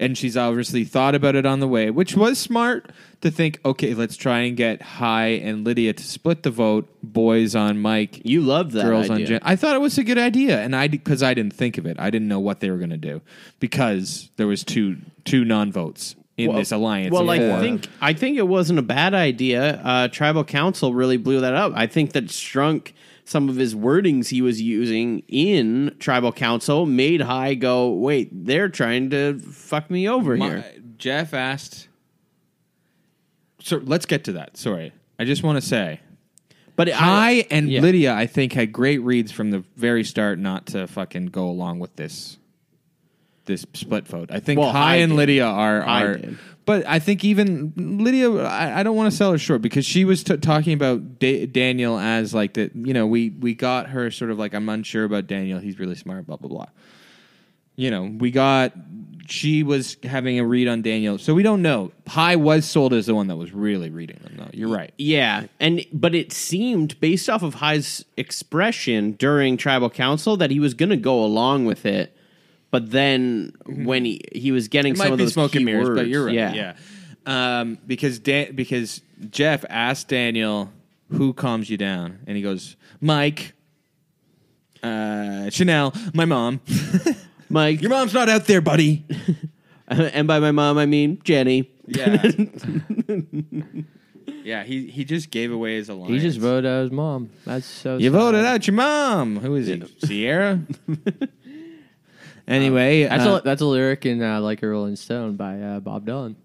And she's obviously thought about it on the way, which was smart to think, okay, let's try and get High and Lydia to split the vote, boys on Mike,
You loved that
girls on
idea.
Jen. I thought it was a good idea, and I because I didn't think of it, I didn't know what they were going to do because there was two two non votes in this alliance.
Well,
of
I
four.
think I think it wasn't a bad idea. Uh, Tribal Council really blew that up. I think that Strunk some of his wordings he was using in Tribal Council made High go, wait, they're trying to fuck me over
My-
here.
Jeff asked. So let's get to that. Sorry, I just want to say
But I,
I and
yeah.
Lydia, I think, had great reads from the very start not to fucking go along with this this split vote. I think
Well,
High
I
and
did.
Lydia are
I
are.
did.
But I think even Lydia, I, I don't want to sell her short because she was t- talking about da- Daniel as like that. You know, we we got her sort of like I'm unsure about Daniel. He's really smart. Blah blah blah. You know, we got. She was having a read on Daniel, so we don't know. High was sold as the one that was really reading them, though. You're right.
yeah, and but it seemed based off of High's expression during Tribal Council that he was going to go along with it. But then when he he was getting
Mm-hmm. It
some
might
of
be
those
smoke and
key
mirrors, but
words,
you're right.
yeah.
Yeah, Um, because Dan- because Jeff asked Daniel who calms you down, and he goes, Mike, uh, Chanel, my mom.
Mike,
Your mom's not out there, buddy.
and by my mom I mean Jenny.
Yeah. yeah. He he just gave away his alliance.
he just voted out his mom. That's so.
You
sad.
voted out your mom. Who is it? Sierra. anyway,
That's
uh,
a that's a lyric in uh, "Like a Rolling Stone" by uh, Bob Dylan.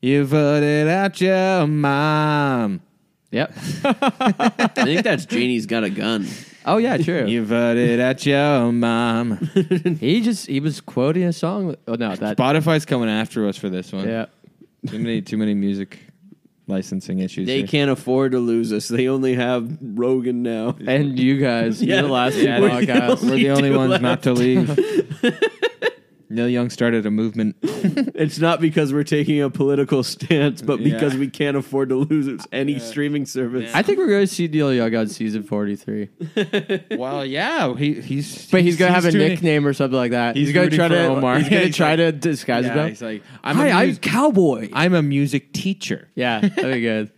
you voted out your mom.
Yep.
I think that's Janie's got a gun.
oh yeah, true.
You voted out your mom.
he just he was quoting a song. With, oh no, that
Spotify's coming after us for this one.
yeah.
Too many, too many music licensing issues.
They
here.
can't afford to lose us. They only have Rogan now.
And you guys,
Yeah.
you're the last
Yeah,
two
we're the
podcasts.
We're the only
do
ones
left.
not to leave. Neil Young started a movement.
It's not because we're taking a political stance, but
Yeah.
because we can't afford to lose any streaming service.
I think we're going to see Neil Young on season 43.
well, yeah, he, he's
But he's going to have a
tuning-
nickname or something like that.
He's
He's, going to
rooting
try
for
to
Omar.
He's going to
He's
try
like-
to disguise
Yeah,
himself.
he's like, I'm,
Hi,
a
I'm
music,
cowboy.
I'm a music teacher.
yeah, that'd be good.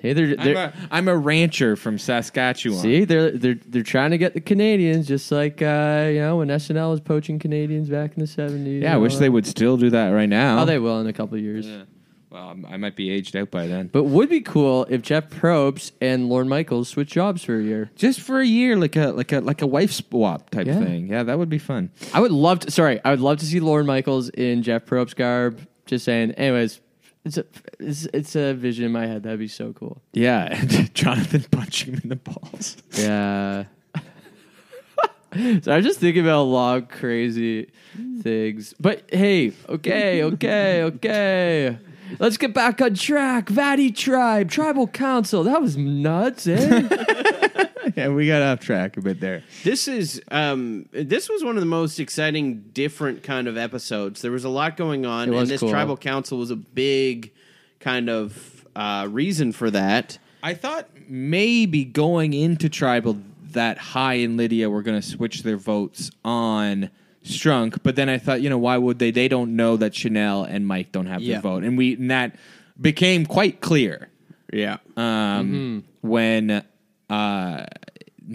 Hey, they're,
I'm
they're,
a, I'm a rancher from Saskatchewan.
see, they're they're they're trying to get the Canadians, just like uh, you know when SNL was poaching Canadians back in the seventies.
Yeah, I wish they would still do that right now.
Oh, they will in a couple of years.
Yeah. Well, I'm- I might be aged out by then.
But would be cool if Jeff Probst and Lorne Michaels switch jobs for a year.
just for a year, like a like a like a wife swap type
Yeah.
thing. Yeah, that would be fun.
I would love to. Sorry, I would love to see Lauren Michaels in Jeff Probst garb. Just saying. Anyways, it's a it's, it's a vision in my head. That'd be so cool.
Yeah, and Jonathan punching him in the balls.
Yeah. so I'm just thinking about a lot of crazy things. But hey, okay, okay, okay. Let's get back on track. Vati Tribe, Tribal Council. That was nuts, eh?
yeah, we got off track a bit there.
This is um this was one of the most exciting different kind of episodes. There was a lot going on
It
and
was
this
cool.
tribal council was a big kind of uh reason for that.
I thought maybe going into tribal that high and Lydia were going to switch their votes on Strunk, but then I thought, you know, why would they? They don't know that Chanel and Mike don't have
Yeah.
their vote, and we and that became quite clear
Yeah.
um, when uh, Hi-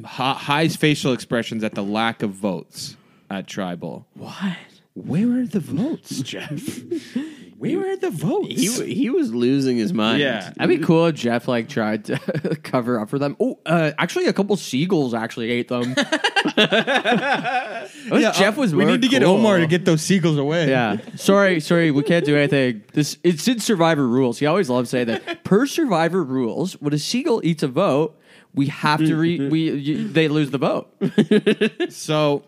High's facial expressions at the lack of votes at tribal.
What?
Where are the votes, Jeff? Where are the votes?
He wa- he was losing his mind.
Yeah.
That'd be cool if Jeff like tried to cover up for them. Oh, uh, actually, a couple seagulls actually ate them. yeah, Jeff was.
uh, we
more
need to get
cool.
Omar to get those seagulls away.
Yeah, sorry, sorry, we can't do anything. This it's in Survivor rules. He always loves saying that. Per Survivor rules, when a seagull eats a vote, we have to re we you, they lose the vote.
So,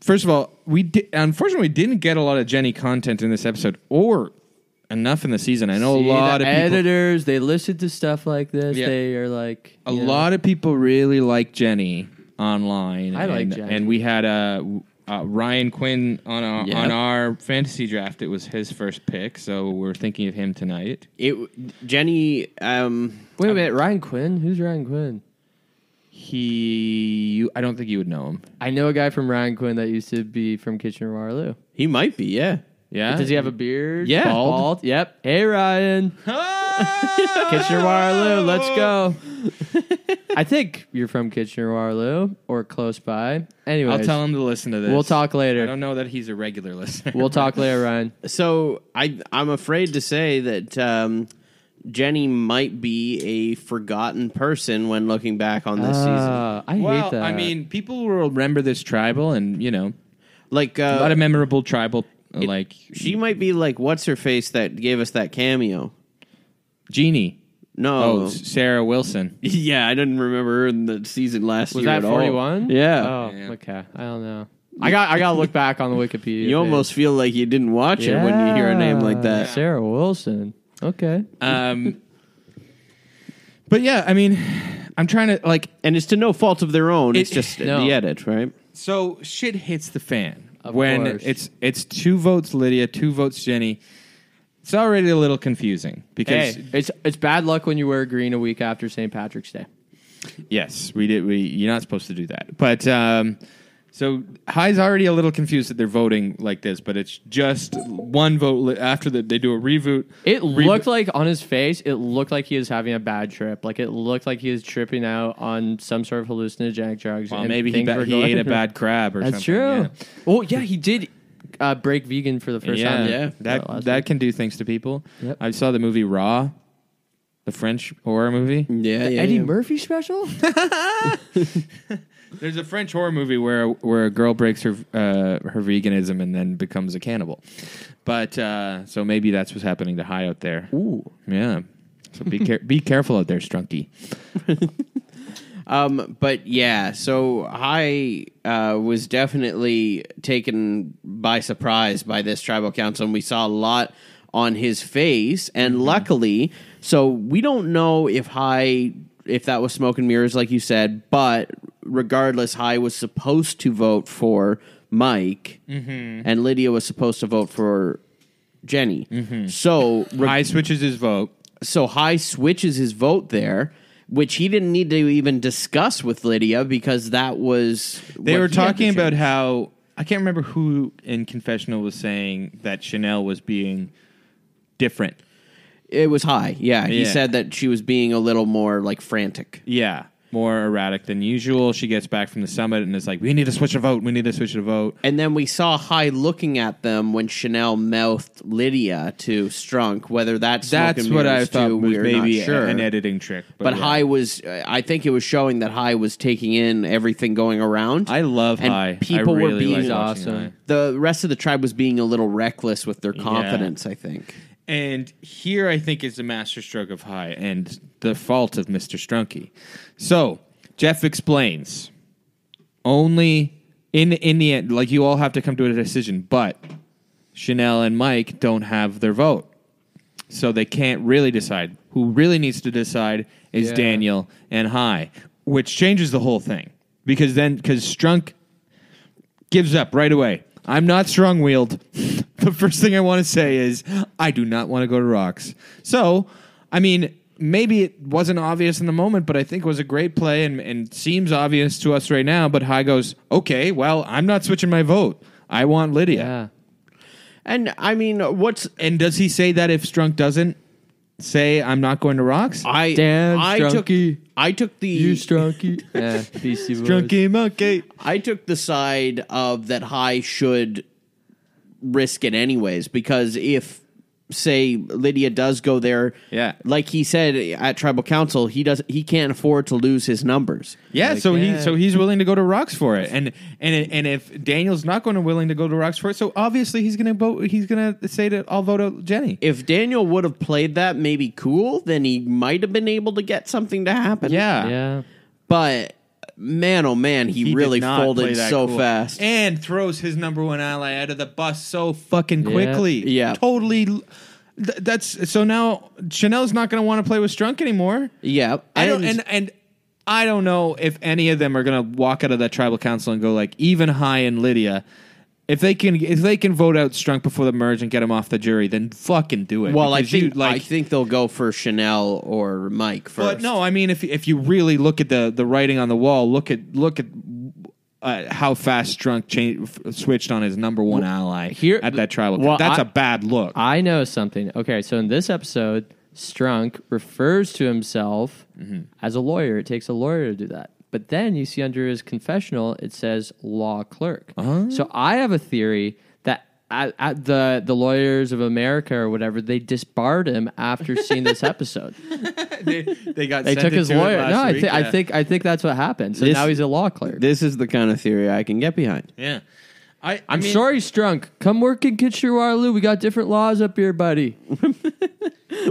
first of all, we di- unfortunately we didn't get a lot of Jenny content in this episode, or enough in the season. I know
See,
a lot
the
of people.
editors they listen to stuff like this.
Yeah.
They are like
a
you know,
lot of people really like Jenny online.
I
and,
like Jenny.
and we had a. Uh, Ryan Quinn on our,
Yeah.
on our fantasy draft. It was his first pick, so we're thinking of him tonight.
It Jenny um
Wait a minute, Ryan Quinn. Who's Ryan Quinn?
He, you, I don't think you would know him.
I know a guy from Ryan Quinn that used to be from Kitchener Waterloo.
he might be, yeah.
Yeah,
Does he have a beard?
Yeah.
Uh, Bald? Yep. Hey, Ryan. Kitchener Waterloo. Let's go. I think you're from Kitchener Waterloo or close by. Anyways,
I'll tell him to listen to this.
We'll talk
I
later.
don't know that he's a regular listener.
We'll talk later, Ryan.
So I I'm afraid to say that um Jenny might be a forgotten person when looking back on this season.
Uh, I
Well,
hate that.
I mean, people will remember this tribal, and you know,
Like uh,
a lot of memorable tribal, like
She might be like what's her face that gave us that cameo.
Jeannie.
No.
Oh, Sarah Wilson.
yeah, I didn't remember her in the season last
was
year
that
at all.
41?
Yeah.
Oh,
Yeah.
okay. I don't know. I got. I got to look back on the Wikipedia.
you almost feel like you didn't watch
page.
it when you hear a name like
Yeah.
that.
Sarah Wilson. Okay.
Um, but yeah, I mean, I'm trying to like.
And it's to no fault of their own. it's
It-
just
no.
the edit, right?
So shit hits the fan
Of
when
course.
it's it's two votes Lydia, two votes Jenny. It's already a little confusing because
Hey, it's it's bad luck when you wear green a week after St. Patrick's Day.
Yes, we did. We you're not supposed to do that. But um, so High's already a little confused that they're voting like this, but it's just one vote li- after that they do a revote.
It
Re-
looked like on his face, it looked like he was having a bad trip. Like it looked like he was tripping out on some sort of hallucinogenic drugs.
well,
and
maybe he,
things
ba-
were
he
going-
ate a bad crab or something.
That's true. Oh yeah, he did uh, break vegan for the
Yeah,
first
yeah,
time.
that
last
that can do things to people.
Yep.
I saw the movie Raw, the French horror movie.
Yeah,
week.
yeah.
Eddie
yeah.
Murphy special?
There's a French horror movie where where a girl breaks her uh, her veganism and then becomes a cannibal. But uh, so maybe that's what's happening to High out there.
Ooh.
Yeah. So be care- be careful out there, Strunky.
Um, but yeah, so I uh, was definitely taken by surprise by this tribal council, and we saw a lot on his face, and luckily, so we don't know if High if that was smoke and mirrors, like you said, but regardless, High was supposed to vote for Mike, and Lydia was supposed to vote for Jenny. So re-
I Mm-hmm. switches his vote.
so High switches his vote there, which he didn't need to even discuss with Lydia because that was what
They were
he had to
talking about
change.
how I can't remember who in confessional was saying that Chanel was being different.
it was High. Yeah, he
Yeah.
said that she was being a little more like frantic.
Yeah, more erratic than usual. She gets back from the summit and it's like, we need to switch a vote. We need to switch a vote.
And then we saw High looking at them when Chanel mouthed Lydia to Strunk. Whether that's smoke
That's
and
what I
mirrors
thought
too,
was
we're
maybe
not sure.
an editing trick.
but
yeah.
High was, I think it was showing that High was taking in everything going around.
I love
and
high.
People
I
were
really
being
like watching
awesome.
High.
The rest of the tribe was being a little reckless with their confidence. I think.
And here I think is the masterstroke of high and the fault of Mr. Strunky. So Jeff explains only in in the end, like you all have to come to a decision, but Chanel and Mike don't have their vote. So they can't really decide. Who really needs to decide is
Yeah.
Daniel and High, which changes the whole thing. Because then because Strunk gives up right away. I'm not strong wheeled. the first thing I want to say is I do not want to go to rocks. So, I mean, maybe it wasn't obvious in the moment, but I think it was a great play and, and seems obvious to us right now. But High goes, okay, well, I'm not switching my vote. I want Lydia.
Yeah.
And I mean, what's
And does he say that if Strunk doesn't say I'm not going to rocks?
I?
Damn,
I
Strunky.
took. I took the.
You strunky. yeah, Beastie Boys.
Strunky monkey.
I took the side of that High should risk it anyways because if say Lydia does go there,
Yeah.
like he said at tribal council, he does he can't afford to lose his numbers.
Yeah, so
yeah.
he so he's willing to go to rocks for it, and and and if Daniel's not going to willing to go to rocks for it, so obviously he's gonna vote. He's gonna say to I'll vote out Jenny.
If Daniel would have played that maybe cool, then he might have been able to get something to happen.
Yeah,
Yeah.
but man, oh man, he,
did
really
not play
folded
that
so
cool.
fast.
and throws his number one ally out of the bus so fucking
Yeah.
quickly.
Yeah.
totally. Th- that's so now Chanel's not going to want to play with Strunk anymore.
yeah,
I don't,
and-
and and I don't know if any of them are going to walk out of that tribal council and go like even high and Lydia. If they can, if they can vote out Strunk before the merge and get him off the jury, then fucking do it.
well, I
Because you,
think I think they'll go for Chanel or Mike first.
But no, I mean, if if you really look at the the writing on the wall, look at look at. Uh, how fast Strunk changed, f- switched on his number one ally
here-
at that tribal?
well,
That's
I-
a bad look.
I know something. Okay, so in this episode, Strunk refers to himself
Mm-hmm.
as a lawyer. It takes a lawyer to do that. But then you see under his confessional, it says law clerk.
Uh-huh.
So I have a theory that at, at the the lawyers of America or whatever, they disbarred him after seeing this episode.
they, they got
They
sent
took
it
his
to it
lawyer.
last
No, I,
week,
thi- I
yeah.
think I think that's what happened. So
This-
now he's a law clerk.
this is the kind of theory I can get behind.
yeah. I,
I'm sorry, Strunk. Come work in Kitchener-Waterloo. We got different laws up here, buddy.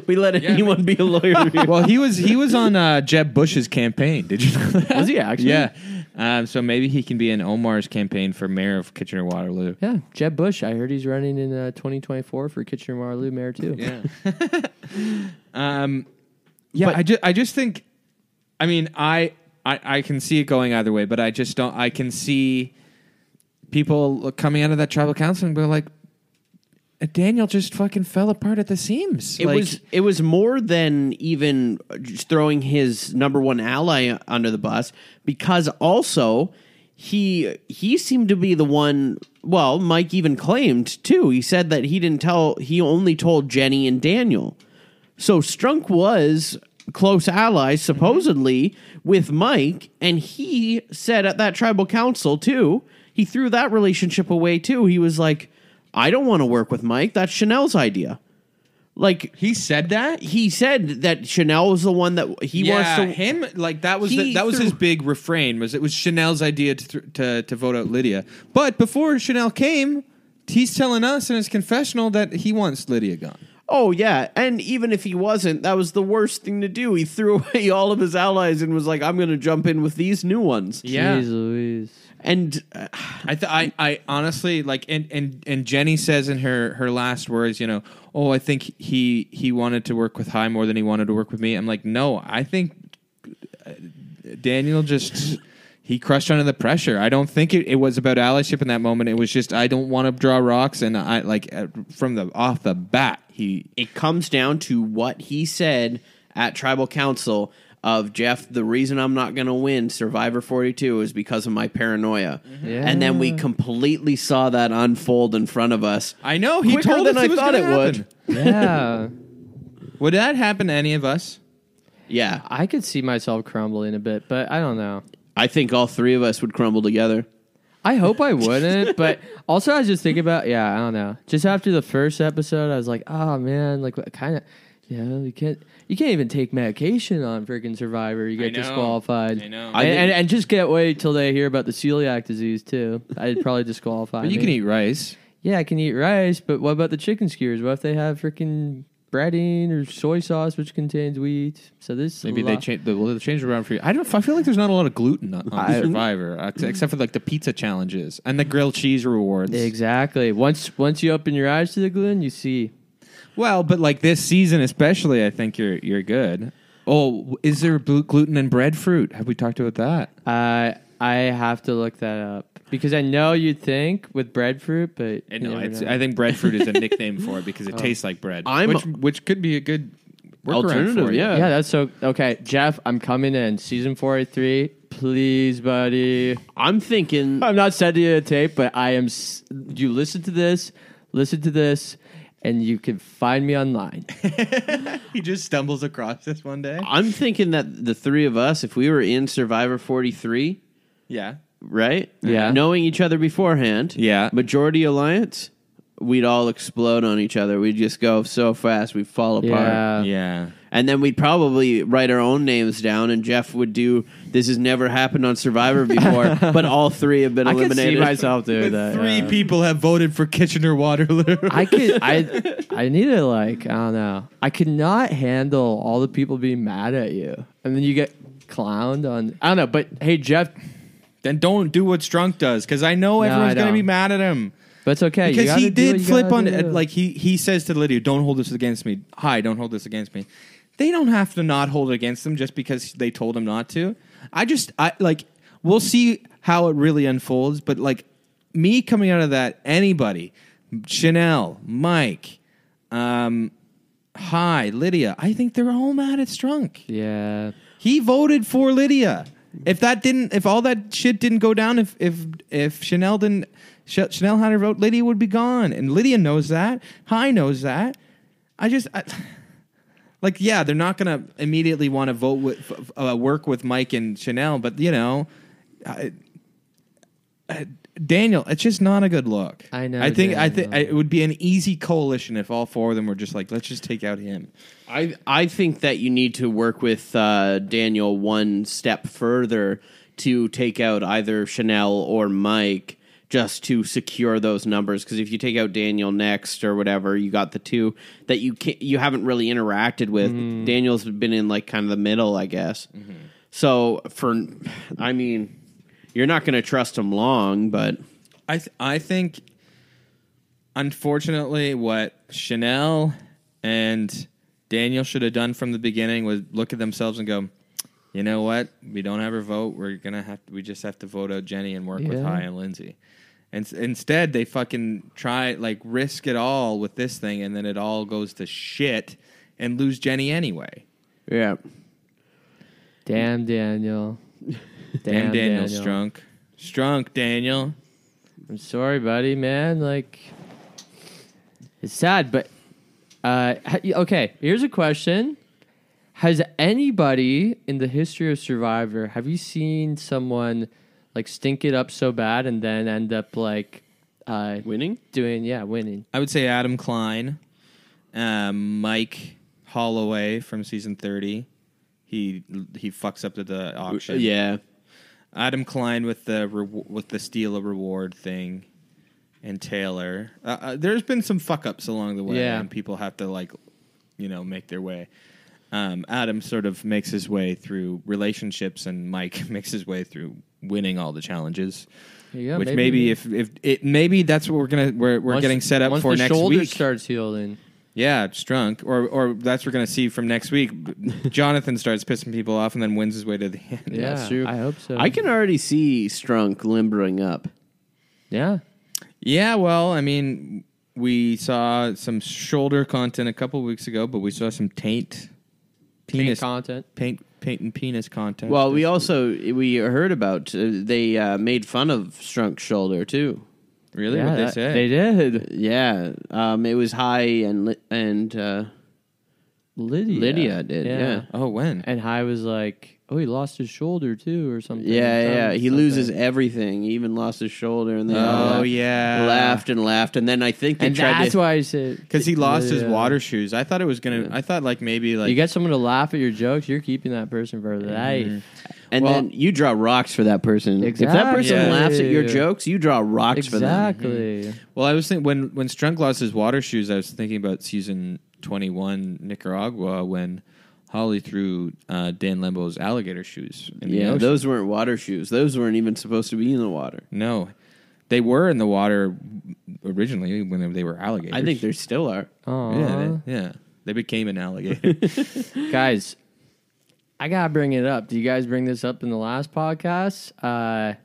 We let anyone be a lawyer.
Well, he was he was on uh, Jeb Bush's campaign. Did you know that?
Was he actually?
Yeah. Um, so maybe he can be in Omar's campaign for mayor of Kitchener Waterloo.
Yeah, Jeb Bush. I heard he's running in uh, 2024 for Kitchener Waterloo mayor too. Yeah,
Um, Yeah, I just I just think I mean, I, I I can see it going either way, but I just don't I can see people coming out of that tribal council and be like Daniel just fucking fell apart at the seams.
It
Like,
was it was more than even just throwing his number one ally under the bus because also he he seemed to be the one. Well, Mike even claimed too. He said that he didn't tell. He only told Jenny and Daniel. So Strunk was close allies supposedly with Mike, and he said at that tribal council too. He threw that relationship away too. He was like, "I don't want to work with Mike. That's Chanel's idea." Like
he said that?
he said that Chanel was the one that he
yeah,
wants to.
him like that was
He
the, that was
threw-
his big refrain was it was Chanel's idea to, th- to to vote out Lydia. But before Chanel came, he's telling us in his confessional that he wants Lydia gone.
Oh yeah, and even if he wasn't, that was the worst thing to do. He threw away all of his allies and was like, "I'm going to jump in with these new ones."
Jeez Louise.
And uh,
I, th- I, I honestly like, and, and, and Jenny says in her, her last words, you know, oh, I think he he wanted to work with High more than he wanted to work with me. I'm like, no, I think uh, Daniel just he crushed under the pressure. I don't think it, it was about allyship in that moment. It was just I don't want to draw rocks, and I like uh, from the off the bat he
it comes down to what he said at tribal council of Jeff, the reason I'm not going to win Survivor 42 is because of my paranoia.
Mm-hmm.
And then we completely saw that unfold in front of us.
I know he
Quicker
told
than
us
I
it was
thought
gonna
it would.
happen.
Yeah.
Would that happen to any of us?
Yeah.
I could see myself crumbling a bit, but I don't know.
I think all three of us would crumble together.
I hope I wouldn't, but also I was just thinking about yeah, I don't know. Just after the first episode, I was like, oh man, like what kind of you know, you can't you can't even take medication on freaking Survivor. You get
know.
disqualified.
I know.
And,
I think-
and, and just get wait till they hear about the celiac disease too. I'd probably disqualify.
But you
me.
can eat rice.
Yeah, I can eat rice, but what about the chicken skewers? What if they have freaking breading or soy sauce which contains wheat? So this
Maybe they change the well, they change it around for you. I don't. I feel like there's not a lot of gluten on, on Survivor, uh, ex- except for like the pizza challenges and the grilled cheese rewards.
Exactly. Once once you open your eyes to the gluten, you see.
Well, but like this season especially, I think you're you're good. Oh, is there blu- gluten in breadfruit? Have we talked about that?
Uh, I have to look that up because I know you'd think with breadfruit, but you
no,
never
it's,
know.
I think breadfruit is a nickname for it because it tastes like bread,
I'm-
which which could be a good workaround
Alternative,
for you.
yeah.
yeah, that's so okay. Jeff, I'm coming in season four eight three. Please, buddy.
I'm thinking
I'm not sending you a tape, but I am. s- You listen to this, listen to this, and you can find me online.
He just stumbles across this one day.
I'm thinking that the three of us if we were in Survivor 43,
Yeah.
right?
Yeah.
Knowing each other beforehand.
Yeah.
Majority alliance, we'd all explode on each other. We'd just go so fast, we'd fall apart.
Yeah.
yeah.
And then we'd probably write our own names down, and Jeff would do this has never happened on Survivor before, but all three have been
I could see
eliminated.
myself doing that.
Three
yeah.
people have voted for Kitchener Waterloo.
I could I I need to like I don't know. I could not handle all the people being mad at you. And then you get clowned on I don't know, but hey Jeff,
then don't do what Strunk does because I know
No,
everyone's
I
gonna be
don't.
mad at him
but it's okay. You
because
gotta
he
do what
did
you
flip on uh,
gotta do.
like he he says to Lydia, "Don't hold this against me." Hi, don't hold this against me. They don't have to not hold it against them just because they told him not to. I just I like we'll see how it really unfolds, but like me coming out of that, anybody, Chanel, Mike, um, hi, Lydia, I think they're all mad at Strunk.
Yeah.
He voted for Lydia. If that didn't, if all that shit didn't go down, if if if Chanel didn't, Sh- Chanel had her vote, Lydia would be gone, and Lydia knows that. High knows that. I just, I, like, yeah, they're not gonna immediately want to vote with f- uh, work with Mike and Chanel, but you know, I, I- Daniel, it's just not a good look.
I know,
I think I
Daniel.
think it would be an easy coalition if all four of them were just like, let's just take out him.
I I think that you need to work with uh, Daniel one step further to take out either Chanel or Mike just to secure those numbers because if you take out Daniel next or whatever you got the two that you can you haven't really interacted with Daniel's been in like kind of the middle I guess so for I mean you're not going to trust him long but
I th- I think unfortunately what Chanel and Daniel should have done from the beginning was look at themselves and go, you know what? We don't have her vote. We're gonna have we just have to vote out Jenny and work with
Yeah.
High and Lindsay. And s- instead, they fucking try like risk it all with this thing, and then it all goes to shit and lose Jenny anyway.
yeah
Damn Daniel.
Damn, Daniel, Strunk, Strunk Daniel.
I'm sorry, buddy, man. Like, it's sad, but uh, ha- okay. Here's a question: Has anybody in the history of Survivor have you seen someone like stink it up so bad and then end up like uh,
winning
doing yeah winning?
I would say Adam Klein, um, Mike Holloway from season thirty. He he fucks up to the auction.
yeah
Adam Klein with the re- with the steal a reward thing, and Taylor. Uh, uh, there's been some fuck ups along the way,
Yeah.
and people have to like, you know, make their way. um, Adam sort of makes his way through relationships, and Mike makes his way through winning all the challenges.
Yeah,
Which maybe,
maybe.
if if it maybe that's what we're gonna we're, we're
Once-
getting set up
once
for
the
next
shoulder
week.
starts healing.
Yeah, Strunk, or or that's what we're gonna see from next week. Jonathan starts pissing people off and then wins his way to the end.
Yeah,
That's-
true. I hope so.
I can already see Strunk limbering up.
Yeah.
Yeah, well, I mean, we saw some shoulder content a couple weeks ago, but we saw some taint, penis
content.
paint, paint and penis content.
Well, we also we heard about uh, they uh, made fun of Strunk's shoulder too.
really
Yeah,
what they
that-
said.
They did.
Yeah, um, it was high and li- and uh,
Lydia.
Lydia did, yeah.
oh, when?
And High was like, oh, he lost his shoulder too, or something.
yeah,
Or
yeah.
something.
He loses everything. He even lost his shoulder, and they all
Oh,
laugh-
yeah.
laughed and laughed, and then I think they
And
tried
that's
to.
why I said
Because he lost his
Yeah.
water shoes. I thought it was gonna. I thought like maybe like Mm-hmm.
you get someone to laugh at your jokes, you're keeping that person for life.
and
well-
then you draw rocks for that person. If that person
Exactly.
laughs at your jokes, you draw rocks for them.
Exactly.
Well, I was thinking when when Strunk lost his water shoes, I was thinking about season twenty one Nicaragua when Holly threw uh, Dan Lembo's alligator shoes. In the
Yeah,
ocean.
those weren't water shoes. Those weren't even supposed to be in the water.
no, they were in the water originally when they were alligators.
I think they still are.
yeah,
Aw.
they, yeah. They became an alligator.
guys, I gotta bring it up. Do you guys bring this up in the last podcast? Uh,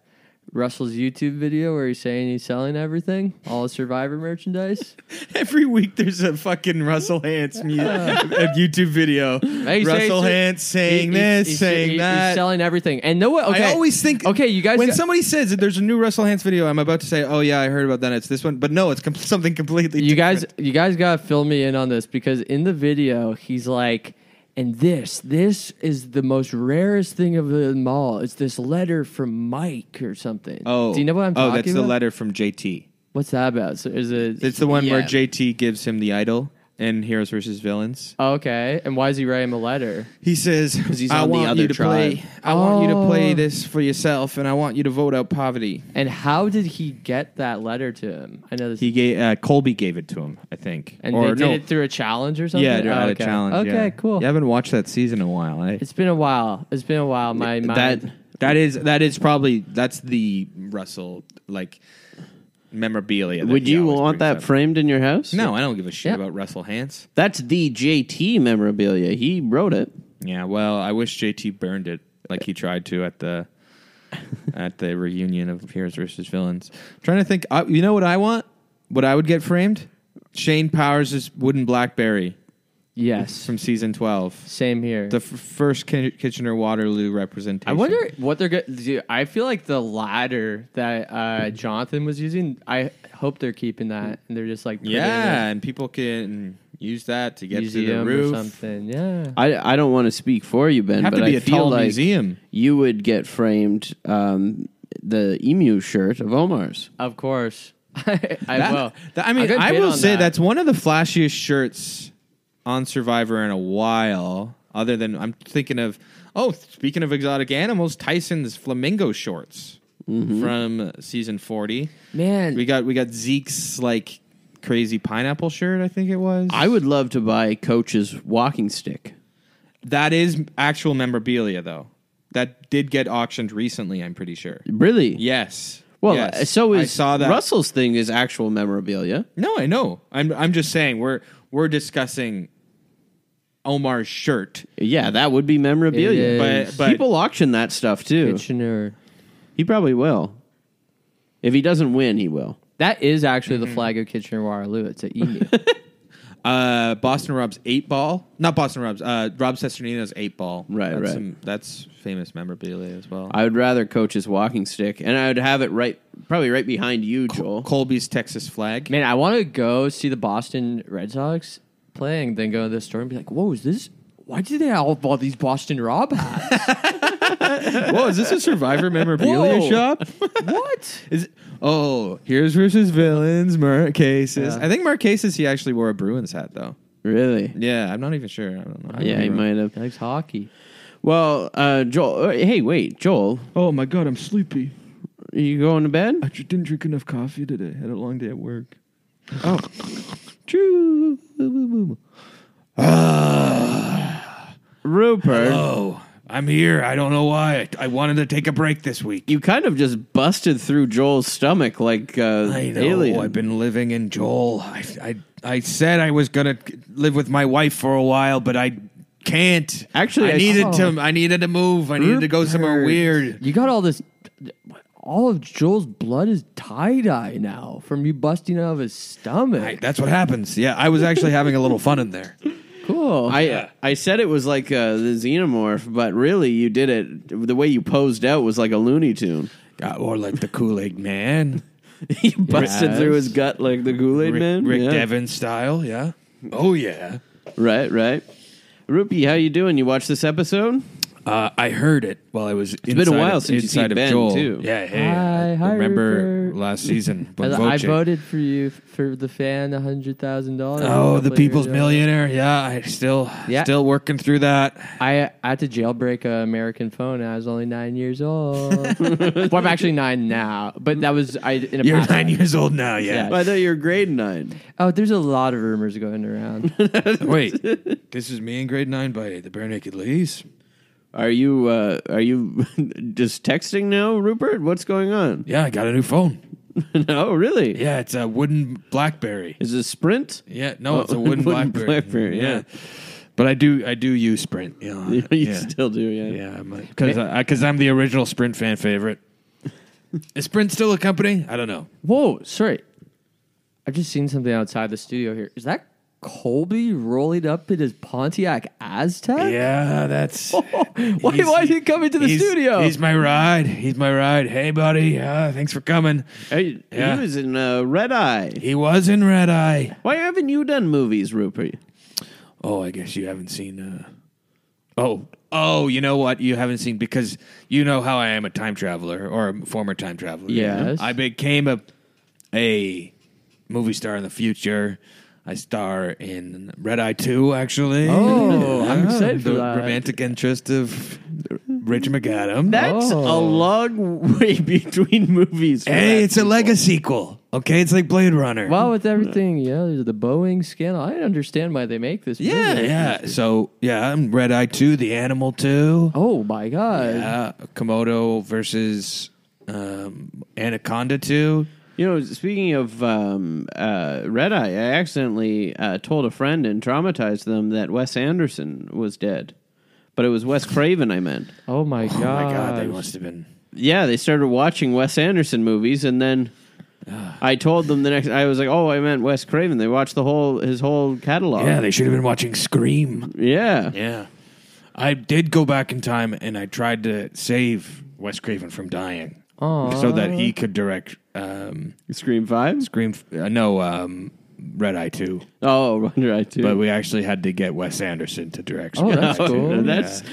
Russell's YouTube video where he's saying he's selling everything, all his Survivor merchandise.
Every week there's a fucking Russell Hance mu- a YouTube video.
Hey, he
Russell
says-
Hance saying
He- he's-
this,
he's-
saying
he's-
that.
he's selling everything. And no, okay,
I always think
okay, you guys.
When
got-
somebody says that there's a new Russell Hans video, I'm about to say, "Oh yeah, I heard about that. It's this one," but no, it's com- something completely.
you guys
different.
you guys gotta fill me in on this because in the video he's like and this this is the most rarest thing of them all it's this letter from mike or something
Oh,
do you know what i'm talking
Oh, that's
about
the letter from JT.
what's that about so is it
It's the one where
Yeah.
JT gives him the idol in Heroes versus Villains.
okay and why is he writing a letter
He says,
he's
"I
on the
want
other
you to play.
tribe.
I want you to play
Oh.
this for yourself, and I want you to vote out poverty."
and how did he get that letter to him i know this
He gave uh, Colby gave it to him, I think,
and
or
they did
no,
it through a challenge or something
yeah, they're
Oh,
at
okay.
a challenge.
okay
yeah.
cool
You haven't watched that season in a while. Eh?
it's been a while it's been a while my mind
that that is that is probably that's the Russell like memorabilia. that
Would
he
you
always
want
brings
that
up.
framed in your house?
No, I don't give a shit
Yeah.
about Russell Hans.
That's the JT memorabilia. He wrote it.
Yeah, well, I wish JT burned it like he tried to at the at the reunion of Heroes versus Villains. I'm trying to think, I, you know what I want? What I would get framed? Shane Powers' wooden BlackBerry
yes
from season twelve.
same here
The f- first Ki- Kitchener Waterloo representation.
I wonder what they're going I feel like the ladder that uh, Jonathan was using, I hope they're keeping that and they're just like putting
Yeah,
it
and people can use that to
in a
get to the
museum or
roof.
something. Yeah.
I, I don't want to speak for you, Ben,
Have
but
to be
I
a
feel
tall
like
museum.
you would get framed um, the emu shirt of Omar's.
Of course. I,
That-
will.
that- I
I'll
mean,
get
I
bid
will
on
say
that.
that's one of the flashiest shirts on Survivor in a while. Other than I'm thinking of, oh, speaking of exotic animals, Tyson's flamingo shorts from season forty.
man.
We got we got Zeke's like crazy pineapple shirt. I think it was.
I would love to buy Coach's walking stick.
that is actual memorabilia though. That did get auctioned recently. I'm pretty sure.
Really?
Yes.
Well,
Yes.
uh, so is
I saw that.
Russell's thing is actual memorabilia.
No, I know. I'm I'm just saying we're we're discussing Omar's shirt.
Yeah, that would be memorabilia.
It
But but
People auction that stuff too.
Kitchener.
He probably will. If he doesn't win, he will.
That is actually
Mm-hmm.
the flag of Kitchener Waterloo. It's an emu.
uh, Boston Rob's eight ball, not Boston Rob's, uh, Rob Sesternino's eight ball.
Right,
that's
right.
that's famous memorabilia as well.
I would rather Coach's walking stick, and I would have it right, probably right behind you, Joel.
Colby's Texas flag.
man, I want to go see the Boston Red Sox playing, then go to the store and be like, whoa, is this? Why do they all have all these Boston Rob hats?
Whoa, is this a Survivor memorabilia
Whoa.
shop?
what?
Is it, oh, here's versus villains, Marquesas.
Yeah.
I think Marquesas he actually wore a Bruins hat though.
Really?
Yeah, I'm not even sure. I don't know. I could
Yeah,
be
he
wrong.
might have.
He likes hockey.
Well, uh, Joel. uh, Hey, wait, Joel.
Oh my god, I'm sleepy.
Are you going to bed?
I just didn't drink enough coffee today. Had a long day at work.
Oh.
True. Ah.
Rupert,
Oh, I'm here. I don't know why. I, I wanted to take a break this week.
you kind of just busted through Joel's stomach like uh,
I know.
alien.
I've been living in Joel. I, I, I said I was gonna live with my wife for a while, but I can't.
Actually,
I,
I
needed
saw-
to. I needed to move. I needed to go somewhere
Rupert,
weird.
You got all this. All of Joel's blood is tie dye now from you busting out of his stomach.
I- that's what happens. Yeah, I was actually having a little fun in there.
cool.
I I said it was like uh, the xenomorph, but really you did it. The way you posed out was like a Looney Tune.
Uh, or like the Kool Aid Man,
you busted
Yes.
through his gut like the Kool Aid
Rick,
Man.
Rick
Yeah.
Devin style. Yeah. Oh yeah.
Right, right. Rupi, how you doing? You watched this episode?
Uh, I heard it while I was. It's
been a while since you've seen Ben,
Joel.
too.
Yeah, hey,
Hi,
I
hi,
remember
Rupert.
last season?
I,
When
I
Voce-
voted for you f- for the fan a hundred thousand dollars.
Oh, the People's Millionaire. Yeah, I still
Yeah.
still working through that.
I, I had to jailbreak an American phone. And I was only nine years old. well, I'm actually nine now, but that was I. In a
You're
past
nine
life.
years old now. Yeah.
I thought you were grade nine.
Oh, there's a lot of rumors going around.
Wait, this is me in grade nine by the Bare Naked Ladies.
Are you uh, are you just texting now, Rupert? What's going on?
Yeah, I got a new phone.
no, really?
Yeah, it's a wooden BlackBerry.
Is this Sprint?
Yeah, no, it's a
Oh,
wooden,
wooden
BlackBerry.
Blackberry, yeah.
but I do I do use Sprint. You know,
you
yeah.
still do, yeah.
Yeah, because because I'm the original Sprint fan favorite. Is Sprint still a company? I don't know.
Whoa, sorry. I've just seen something outside the studio here. Is that Colby rolling up in his Pontiac Aztec?
Yeah, that's
Why,
He's-
why did he come into the
he's-
studio?
He's my ride. He's my ride. Hey, buddy. Uh, thanks for coming.
Hey,
Yeah.
He was in uh, Red Eye.
He was in Red Eye.
Why haven't you done movies, Rupert?
Oh, I guess you haven't seen. Uh... Oh, oh, you know what? You haven't seen because you know how I am a time traveler or a former time traveler.
Yes.
I became a a movie star in the future. I star in Red Eye Two, actually.
Oh, I'm excited for
The
that.
romantic interest of Rich McAdam.
That's a
Oh.
long way between movies. for
hey,
that.
it's a Lego sequel. Okay, it's like Blade Runner.
well, with everything, yeah, there's the Boeing scandal. I understand why they make this.
yeah,
movie.
yeah. So yeah, I'm Red Eye Two, The Animal Two.
Oh my god.
Yeah, Komodo versus um, Anaconda 2.
You know, speaking of um, uh, Red Eye, I accidentally uh, told a friend and traumatized them that Wes Anderson was dead. But it was Wes Craven I meant.
Oh my god.
Oh my god, they must have been.
Yeah, they started watching Wes Anderson movies, and then I told them the next. I was like, "Oh, I meant Wes Craven." They watched the whole his whole catalog.
Yeah, they should have been watching Scream.
yeah.
Yeah. I did go back in time and I tried to save Wes Craven from dying
Aw.
so that he could direct um,
Scream Five.
Scream. Uh, no, um, Red Eye 2.
Oh, right. Too.
But we actually had to get Wes Anderson to direct
Oh,
Scream.
that's cool.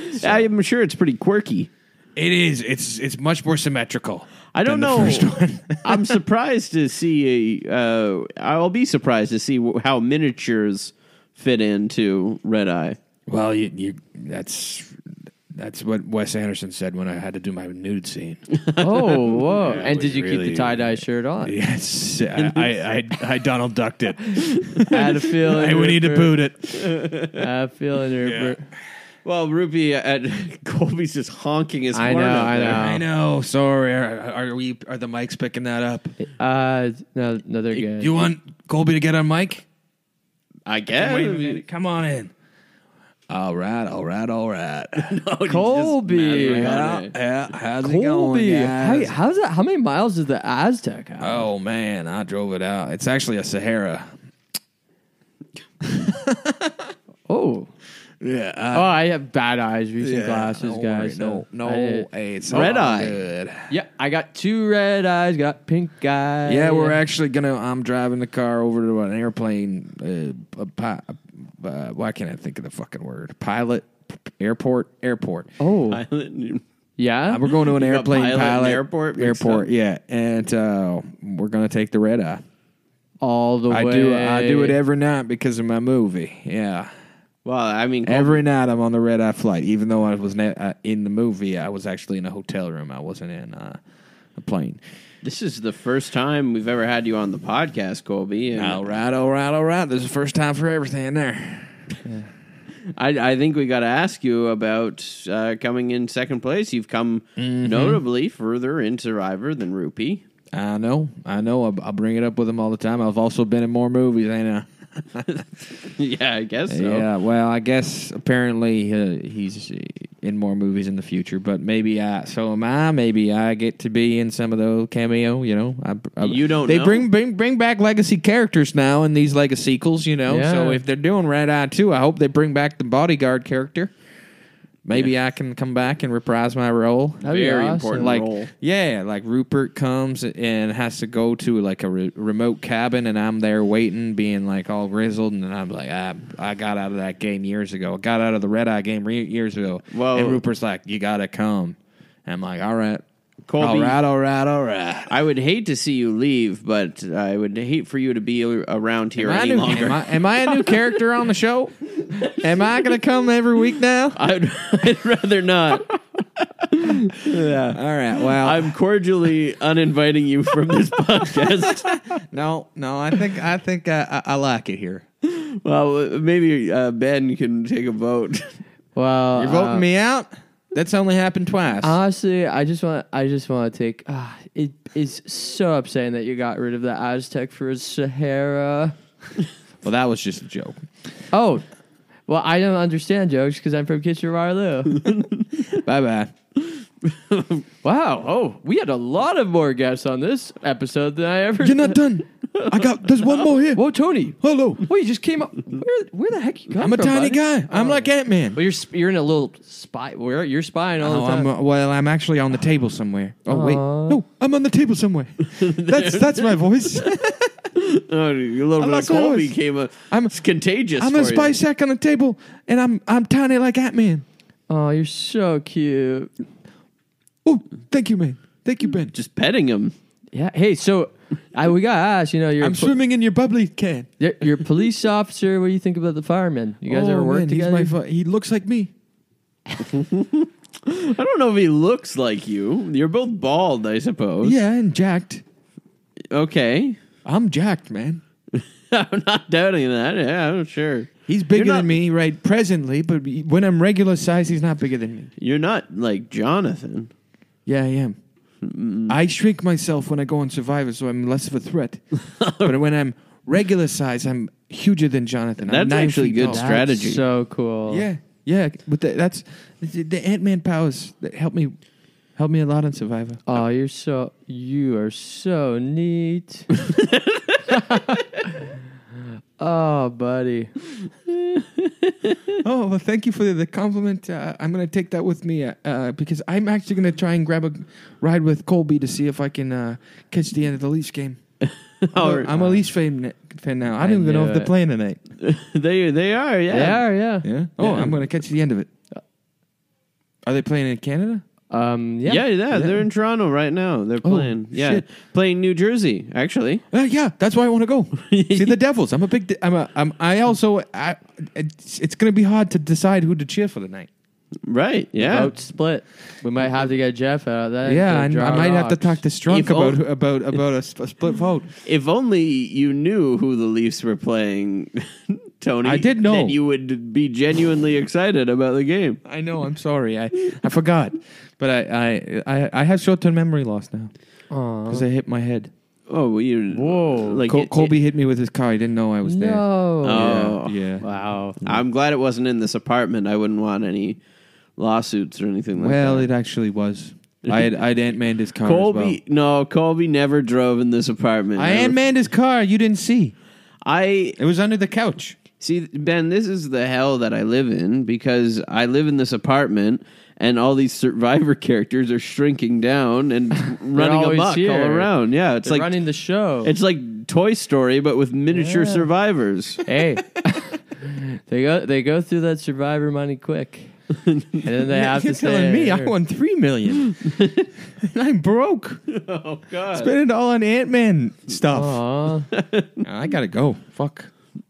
that's. I'm sure it's pretty quirky.
It is. It's, it's much more symmetrical.
I don't
than the
know.
first one.
I'm surprised to see. A, uh, I'll be surprised to see wh- how miniatures fit into Red Eye.
Well, you, you that's that's what Wes Anderson said when I had to do my nude scene.
Oh, whoa.
Yeah,
and
it
did
was
you keep
really-
the tie dye shirt on?
yes, I, I, I, I Donald ducked it.
I had a feeling.
I would need to
Rupert.
boot it.
I had a feeling. Rupert.
Well, Ruby uh, at Colby's just honking his
I
horn.
know,
up
I
there.
know.
I know. Sorry, are, are we? Are the mics picking that up?
Uh, no, no, they're good.
You want Colby to get on mic?
I guess.
Wait a minute. Come on in. All right, all right, all right.
Colby.
yeah, yeah, how's it
Colby.
going,
How,
guys?
how's that? How many miles does the Aztec have?
Oh man, I drove it out. It's actually a Sahara.
Oh.
Yeah,
Oh, I have bad eyes. Recent glasses,
don't worry.
guys. so
Uh, no,
I-
no, hey, it's
Red
all
eye.
good.
yeah, I got two red eyes. Got pink eyes.
Yeah, we're actually gonna. I'm driving the car over to an airplane. Uh, a pi- uh, why can't I think of the fucking word? Pilot, p- airport, airport.
Oh,
Pilot-
yeah.
Uh, we're going to an
got
airplane
pilot
pilot,
and airport mixed
airport.
up.
Yeah, and uh, we're gonna take the red eye.
All the
I
way.
do. I do it every night because of my movie. Yeah,
Well, I mean, Colby,
every night I'm on the red eye flight. Even though I was ne- uh, in the movie, I was actually in a hotel room. I wasn't in uh, a plane.
this is the first time we've ever had you on the podcast, Colby. And
All right, all right, all right. There's a first time for everything there.
I, I think we got to ask you about uh, coming in second place. You've come notably further in Survivor than Rupee.
I know, I know. I, I bring it up with him all the time. I've also been in more movies, ain't I?
yeah, I guess so.
Yeah, well, I guess apparently uh, he's in more movies in the future, but maybe I. So am I. Maybe I get to be in some of those cameo. You know, I, I-
You don't
They
know.
bring bring bring back legacy characters now in these legacy sequels. You know, so
Yeah.
if they're doing Red Eye too, I hope they bring back the bodyguard character. Maybe I can come back and reprise my role.
That'd be
Very
awesome.
important.
Like
role.
yeah, like Rupert comes and has to go to like a re- remote cabin, and I'm there waiting, being like all grizzled, and I'm like, I I got out of that game years ago. I got out of the red eye game re- years ago.
Well-
and Rupert's like, you gotta come. And I'm like, all right,
Colby-
all right, all right, all right.
I would hate to see you leave, but I would hate for you to be around here
Am I, a
any
new,
longer.
am, I, am I a new character on the show? Am I gonna come every week now?
I'd, I'd rather not.
All right, well,
I'm cordially uninviting you from this podcast.
no, no, I think I think I, I, I like it here.
Well, maybe uh, Ben can take a vote.
Well,
You're voting
uh,
me out. That's only happened twice.
Uh,
Honestly, I just want I just want to take. Uh, it is so upsetting that you got rid of the Aztec for Sahara.
Well, that was just a joke.
Oh, well, I don't understand jokes because I'm from Kitchener-Waterloo.
Bye bye.
wow. Oh, we had a lot of more guests on this episode than I ever.
done. I got. There's one more here.
Whoa, Tony.
Hello.
Wait, you just came up. Where, where the heck you come
I'm a
from,
tiny
buddy?
guy. I'm
Oh.
like Ant Man.
But you're sp- you're in a little spy. Where you're spying all
Oh,
the time.
I'm, uh, well, I'm actually on the table somewhere. Oh wait, no, I'm on the table somewhere. That's that's my voice.
Oh, a little
I'm
bit
not
of Colby
close.
came. A,
I'm-
it's contagious.
I'm
for
a
you.
spice sack on the table, and I'm I'm tiny like Ant Man.
oh, you're so cute.
Oh, thank you, man. Thank you, Ben.
Just petting him.
Yeah. Hey, so I we gotta ask. You know, you're a
I'm
po-
swimming in your bubbly can.
you're, you're a police officer. What do you think about the firemen? You guys
oh,
ever work
man,
together?
He's my fu- he looks like me.
I don't know if he looks like you. You're both bald, I suppose.
Yeah, and jacked.
Okay.
I'm jacked, man.
I'm not doubting that. Yeah, I'm sure.
He's bigger
not-
than me right presently, but when I'm regular size, he's not bigger than me.
You're not like Jonathan.
Yeah, I am. I shrink myself when I go on Survivor, so I'm less of a threat. but when I'm regular size, I'm huger than Jonathan.
That's
I'm nine
actually
feet
good
tall.
stra-
That's
strategy.
So cool.
Yeah, yeah. But the, that's the, the Ant Man powers that help me, help me a lot on Survivor.
Oh, you're so you are so neat. oh, buddy.
oh, well, thank you for the compliment. Uh, I'm gonna take that with me uh, uh, because I'm actually gonna try and grab a ride with Colby to see if I can uh, catch the end of the Leafs game.
Oh,
I'm a Leafs fan, fan now. I don't even
knew
know if they're
it.
playing tonight.
they they are. Oh, Yeah.
They are, yeah.
Yeah. Oh,
Yeah.
I'm going to catch the end of it. Are they playing in Canada?
Um, yeah.
Yeah, yeah, they're in Toronto right now. They're playing, yeah,
Oh, shit.
playing New Jersey actually.
Uh, yeah, that's why I want to go see the Devils. I'm a big. Di- I'm a. I'm, I also. I. It's, it's going to be hard to decide who to cheer for tonight.
Right, yeah.
Vote split. We might have to get Jeff out of that.
Yeah, I, I might have to talk to Strunk
If all-
about who- about about a, sp- a split vote.
If only you knew who the Leafs were playing, Tony.
I did know.
Then you would be genuinely excited about the game.
I know. I'm sorry. I I forgot, but I I I, I have short term memory loss now because I hit my head.
Oh, well, you
Whoa.
Like
Col-
it-
Colby hit me with his car. He didn't know I was there.
No.
Oh,
Yeah.
Wow.
I'm glad it wasn't in this apartment. I wouldn't want any lawsuits or anything like
Well,
that.
it actually was. I had I had Ant Man his car. as well.
Colby, no, Colby never drove in this apartment.
I
I,
Ant Maned his car. You didn't see.
I
It was under the couch.
See, Ben, this is the hell that I live in because I live in this apartment and all these survivor characters are shrinking down and running
always
amok
here.
all around. Yeah, it's
It's like
like
running the show.
it's like Toy Story but with miniature
Yeah.
survivors.
hey. they go they go through that survivor money quick. And then they have
You're
to
telling
say,
me I won three million, and I'm broke.
oh god.
Spent it all on Ant Man stuff.
Aw.
I gotta go. Fuck.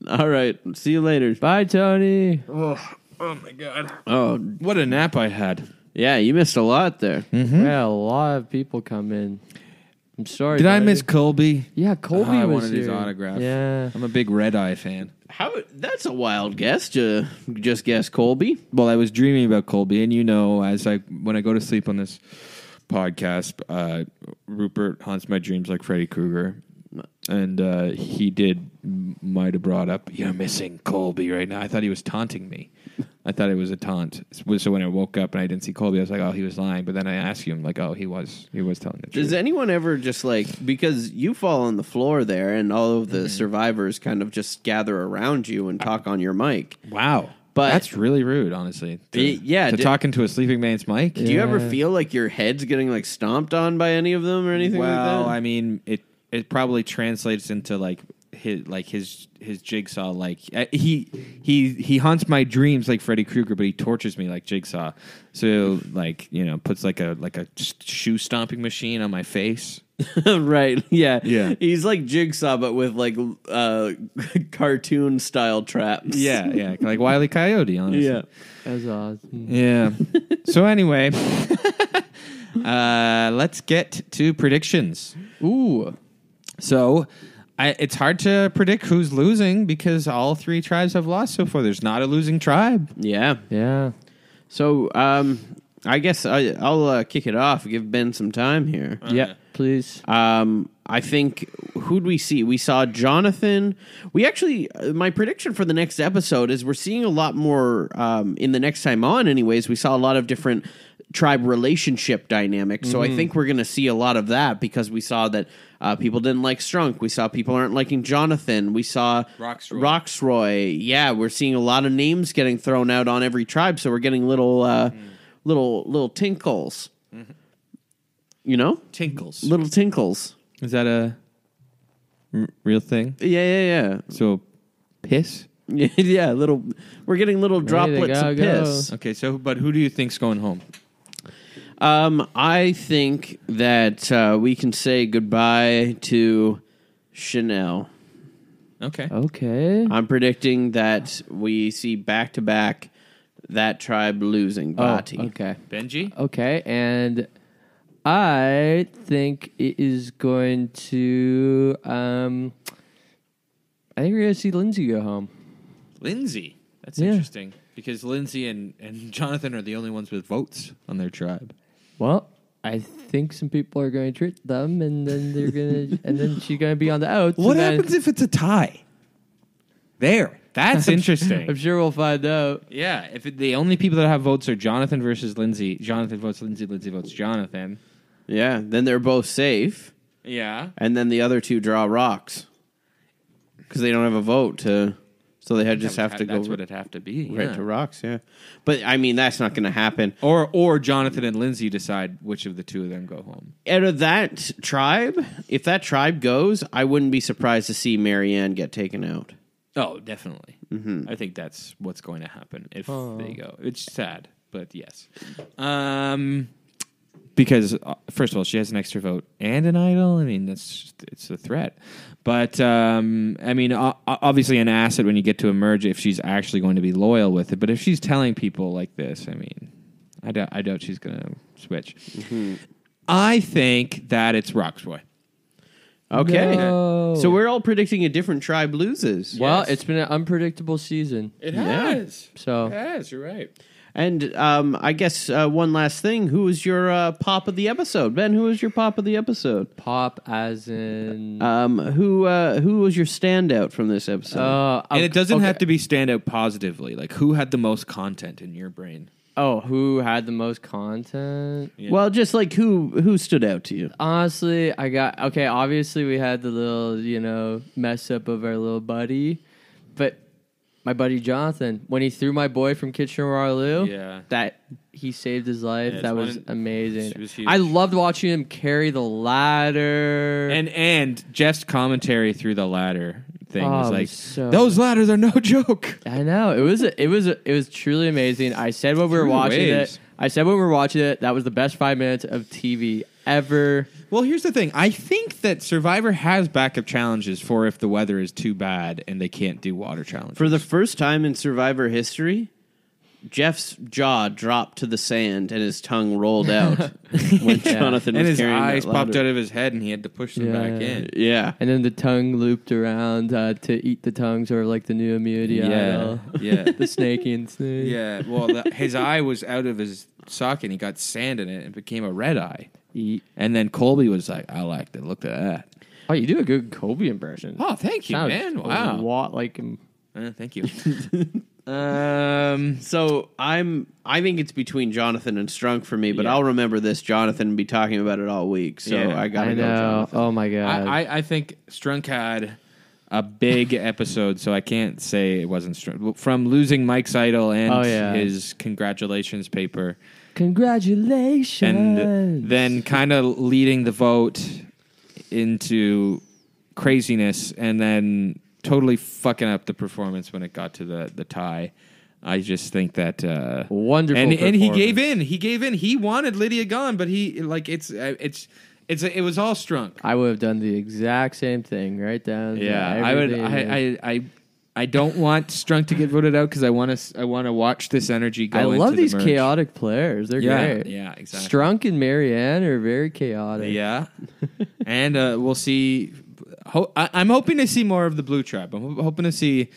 All right. See you later.
Bye, Tony.
Oh,
What a nap I had.
Hmm.
Mm-hmm.
yeah, you missed a lot there.
Yeah, a lot of people come in. I'm sorry.
Did I
buddy.
miss Colby?
Yeah, Colby
I
was
wanted
here.
his autograph.
Yeah.
I'm a big Red Eye fan.
How? That's a wild guess. Ju- just guess Colby.
Well, I was dreaming about Colby, and you know, as I when I go to sleep on this podcast, uh, Rupert haunts my dreams like Freddy Krueger, and uh, he did might have brought up you're missing Colby right now. I thought he was taunting me. I thought it was a taunt. So when I woke up and I didn't see Colby, I was like, "Oh, he was lying." But then I asked him, like, "Oh, he was. He was telling the truth."
Does anyone ever just like because you fall on the floor there and all of the
Mm-hmm.
survivors kind of just gather around you and talk on your mic?
wow,
But-
that's really rude, honestly. To,
Y- yeah,
to
did-
talking to a sleeping man's mic.
Do you ever feel like your head's getting like stomped on by any of them or anything
well,
like that?
I mean, it it probably translates into like his like his his jigsaw like uh, he he he haunts my dreams like Freddy Krueger, but he tortures me like Jigsaw. So like you know, puts like a like a s- shoe stomping machine on my face.
right. Yeah.
Yeah.
He's like Jigsaw, but with like uh, cartoon style traps.
Yeah, yeah, like Wiley Coyote, honestly.
Yeah.
That's awesome.
Yeah. so anyway, uh, let's get to predictions.
Ooh.
So I, it's hard to predict who's losing because all three tribes have lost so far. There's not a losing tribe.
Yeah.
Yeah.
So, um, I guess I, I'll uh, kick it off. Give Ben some time here.
Yeah. Please.
Um, I think who'd we see? We saw Jonathan. We actually, uh, my prediction for the next episode is we're seeing a lot more um, in the next time on. Anyways, we saw a lot of different tribe relationship dynamics. So I think we're going to see a lot of that because we saw that uh, people didn't like Strunk. We saw people aren't liking Jonathan. We saw
Roxroy.
Roxroy. Yeah, we're seeing a lot of names getting thrown out on every tribe. So we're getting little, uh, little, little tinkles. You know,
Tinkles.
little tinkles.
Is that a r- real thing?
Yeah,
So piss.
yeah, yeah. yeah, little we're getting little
to
droplets
go,
of
go.
piss.
Okay, so but who do you think's going home?
Um I think that uh, we can say goodbye to Chanel.
Okay.
Okay.
I'm predicting that we see back to back that tribe losing
Oh,
Bati.
okay.
Benji?
Okay. And I think it is going to. Um, I think we're going to see Lindsay go home.
Lindsay. That's
Yeah.
interesting. Because Lindsay and, and Jonathan are the only ones with votes on their tribe.
Well, I think some people are going to treat them, and then they're going to, and then she's going to be on the outs.
What
and then-
happens if it's a tie? There. That's interesting.
I'm sure we'll find out.
yeah, if it, the only people that have votes are Jonathan versus Lindsay, Jonathan votes Lindsay, Lindsay votes Jonathan.
Yeah, then they're both safe
Yeah.
and then the other two draw rocks. Cuz they don't have a vote to so they had just have to go
That's what it'd have to be.
right
yeah.
to rocks, yeah. But I mean that's not going to happen.
Or or Jonathan and Lindsay decide which of the two of them go home.
out of that tribe, if that tribe goes, I wouldn't be surprised to see Marianne get taken out.
Oh, definitely. I think that's what's going to happen if they go. It's sad, but yes. Um, because uh, first of all, she has an extra vote and an idol. I mean, that's just- it's a threat. But um, I mean, o- o- obviously, an asset when you get to emerge if she's actually going to be loyal with it. But if she's telling people like this, I mean, I doubt I doubt she's going to switch. I think that it's Roxroy.
Okay.
No.
So we're all predicting a different tribe loses.
Well, it's been an unpredictable season.
It
has.
So
has. You're right.
And um, I guess uh, one last thing. Who was your uh, pop of the episode? Ben, who was your pop of the episode?
pop as in.
Um, who uh, who was your standout from this episode?
uh,
And it doesn't have to be stand out positively. Like who had the most content in your brain?
Oh, who had the most content?
Well, just like who who stood out to you?
Honestly, I got okay. Obviously, we had the little you know mess up of our little buddy, but my buddy Jonathan when he threw my boy from Kitchener Waterloo,
Yeah.
that he saved his life.
Yeah, it's
that was
one-
amazing.
she was huge.
I loved watching him carry the ladder.
And and Jeff's commentary through the ladder thing
Oh,
was
it was
like
so-
those ladders are no joke.
I know it was it was it was truly amazing. I said when we were
Through the
watching
waves.
it. I said when we were watching it. That was the best five minutes of TV ever.
Well, here's the thing. I think that Survivor has backup challenges for if the weather is too bad and they can't do water challenges.
For the first time in Survivor history, Jeff's jaw dropped to the sand and his tongue rolled out when Jonathan
and
was
his
carrying that
eyes popped
louder.
out of his head, and he had to push them
Yeah.
back in.
Yeah,
And then the tongue looped around uh, to eat the tongues, or like the new immunity
Yeah,
idol.
yeah,
the snake and snake.
yeah. Well, the, his eye was out of his socket, and he got sand in it, and it became a red eye.
Eat.
And then Colby was like, "I liked it. Look at that.
Oh, you do a good Kobe impression.
Oh, thank you,
Sounds
man.
a
Wow.
lot like him.
Uh, thank you. um,
So I'm I think it's between Jonathan and Strunk for me, but
Yeah.
I'll remember this Jonathan and be talking about it all week. So
Yeah.
I gotta
I
go
know.
Jonathan.
Oh my god.
I, I, I think Strunk had a big episode, so I can't say it wasn't Strunk. From losing Mike's idol and
Oh, yeah.
his congratulations paper,
Congratulations.
and then kind of leading the vote into craziness, and then totally fucking up the performance when it got to the the tie. I just think that uh,
Wonderful
and and he
performance.
gave in. He gave in. He wanted Lydia gone, but he like it's uh, it's it's it was all Strunk.
I would have done the exact same thing right down. to
Yeah, I would.
everything.
I, I, I, I don't want Strunk to get voted out because I want to. I want to watch this energy go.
I love
into the
these
merge.
chaotic players. They're
Yeah,
great.
yeah, exactly.
Strunk and Marianne are very chaotic.
Yeah, and uh, we'll see. Ho- I, I'm hoping to see more of the Blue Tribe. I'm ho- hoping to see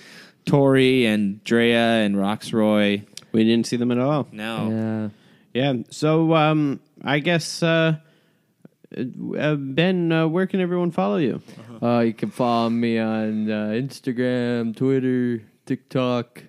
Tori and Drea and Roxroy.
We didn't see them at all.
No,
Yeah.
Yeah. So um, I guess uh, uh, Ben, uh, where can everyone follow you?
Uh, you can follow me on uh, Instagram, Twitter, TikTok,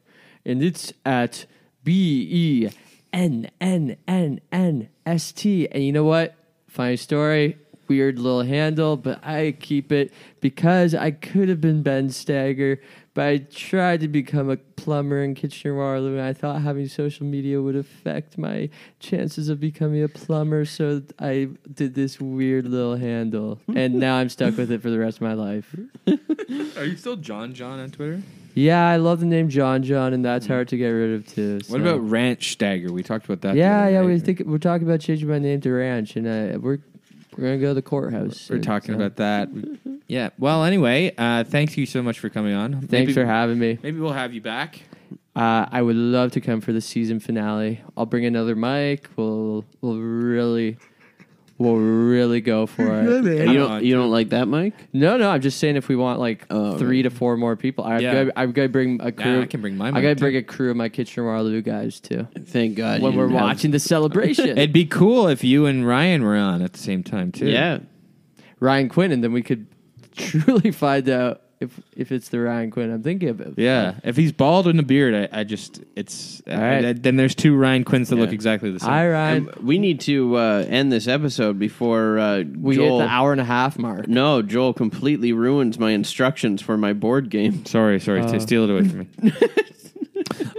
and it's at B E N N N N S T. And you know what? Funny story, weird little handle, but I keep it because I could have been Ben Stagger, but I tried to become a plumber in Kitchener Waterloo, and I thought having social media would affect my chances of becoming a plumber, so I did this weird little handle, and now I'm stuck with it for the rest of my life.
are you still John John on Twitter?
Yeah, I love the name John John, and that's hard to get rid of too.
What
so.
about Ranch Stagger? We talked about that. the
Yeah,
other
yeah,
night.
we think we're talking about changing my name to Ranch, and uh, we're we're gonna go to the courthouse.
We're
soon,
talking
so.
about that. We- yeah. Well, anyway, uh, thank you so much for coming on.
Thanks for having me.
Maybe we'll have you back.
Uh, I would love to come for the season finale. I'll bring another mic. We'll we'll really we'll really go for it.
You
Uh,
don't, you don't like that, Mike?
No, no, I'm just saying if we want like
Oh,
three to four more people, I
Yeah.
gotta, I've got to bring a crew.
I can bring my
I
mic,
gotta
too. Uh,
bring a crew of my Kitchener Waterloo guys too.
Thank God.
When
you
we're
didn't have-
watching the celebration,
It'd be cool if you and Ryan were on at the same time too.
yeah.
Ryan Quinn, and then we could truly find out if if it's the Ryan Quinn I'm thinking of.
Yeah. If he's bald in a beard, I, I just it's I-
right.
I- then there's two Ryan Quinns that look exactly the same.
Hi Ryan.
Um, we need to uh, end this episode before uh,
we
Joel.
hit the hour and a half mark.
No, Joel completely ruins my instructions for my board game.
sorry, sorry,
Uh.
to steal it away from me.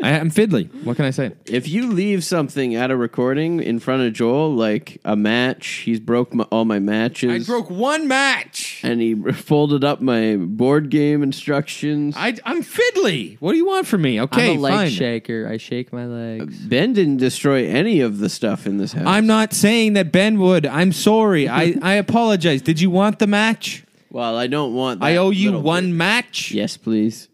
I, I'm fiddly. What can I say?
If you leave something at a recording in front of Joel, like a match, he's broke my, all my matches.
one match.
and he folded up my board game instructions.
I, I'm fiddly. What do you want from me? Okay,
I'm a leg
fine.
shaker. I shake my legs.
ben didn't destroy any of the stuff in this house.
I'm not saying that Ben would. I'm sorry. I, I apologize. Did you want the match?
well, I don't want. That
I owe you
little
one
bit.
match.
Yes, please.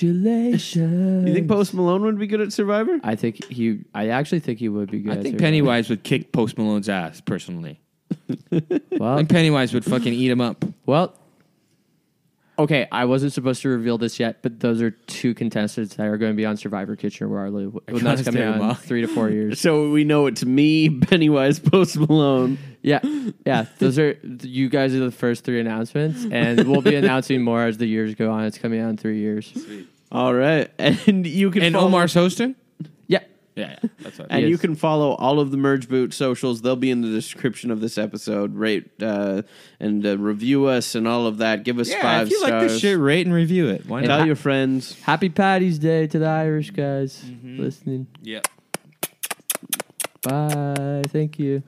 Congratulations.
You think Post Malone would be good at Survivor?
I think he. I actually think he would be good.
I
at
think
Survivor.
Pennywise would kick Post Malone's ass personally. I
Well,
think Pennywise would fucking eat him up.
well. Okay, I wasn't supposed to reveal this yet, but those are two contestants that are going to be on Survivor Kitchener Waterloo when that's
gotta
coming
stay
out in
alive.
three to four years.
So we know it's me, Pennywise, Post Malone.
Yeah, yeah. Those are you guys are the first three announcements, and we'll be announcing more as the years go on. It's coming out in three years.
All right, and you can
And
follow,
Omar's hosting?
Yeah.
Yeah, yeah that's what I
and
Yes.
you can follow all of the Merge Boot socials. They'll be in the description of this episode. Rate uh, and uh, review us and all of that. Give us
Yeah,
five
if you
stars.
like this shit, rate and review it. Why
Tell
not?
your friends.
Happy Patty's Day to the Irish
Mm-hmm.
guys listening.
Yeah.
Bye. Thank you.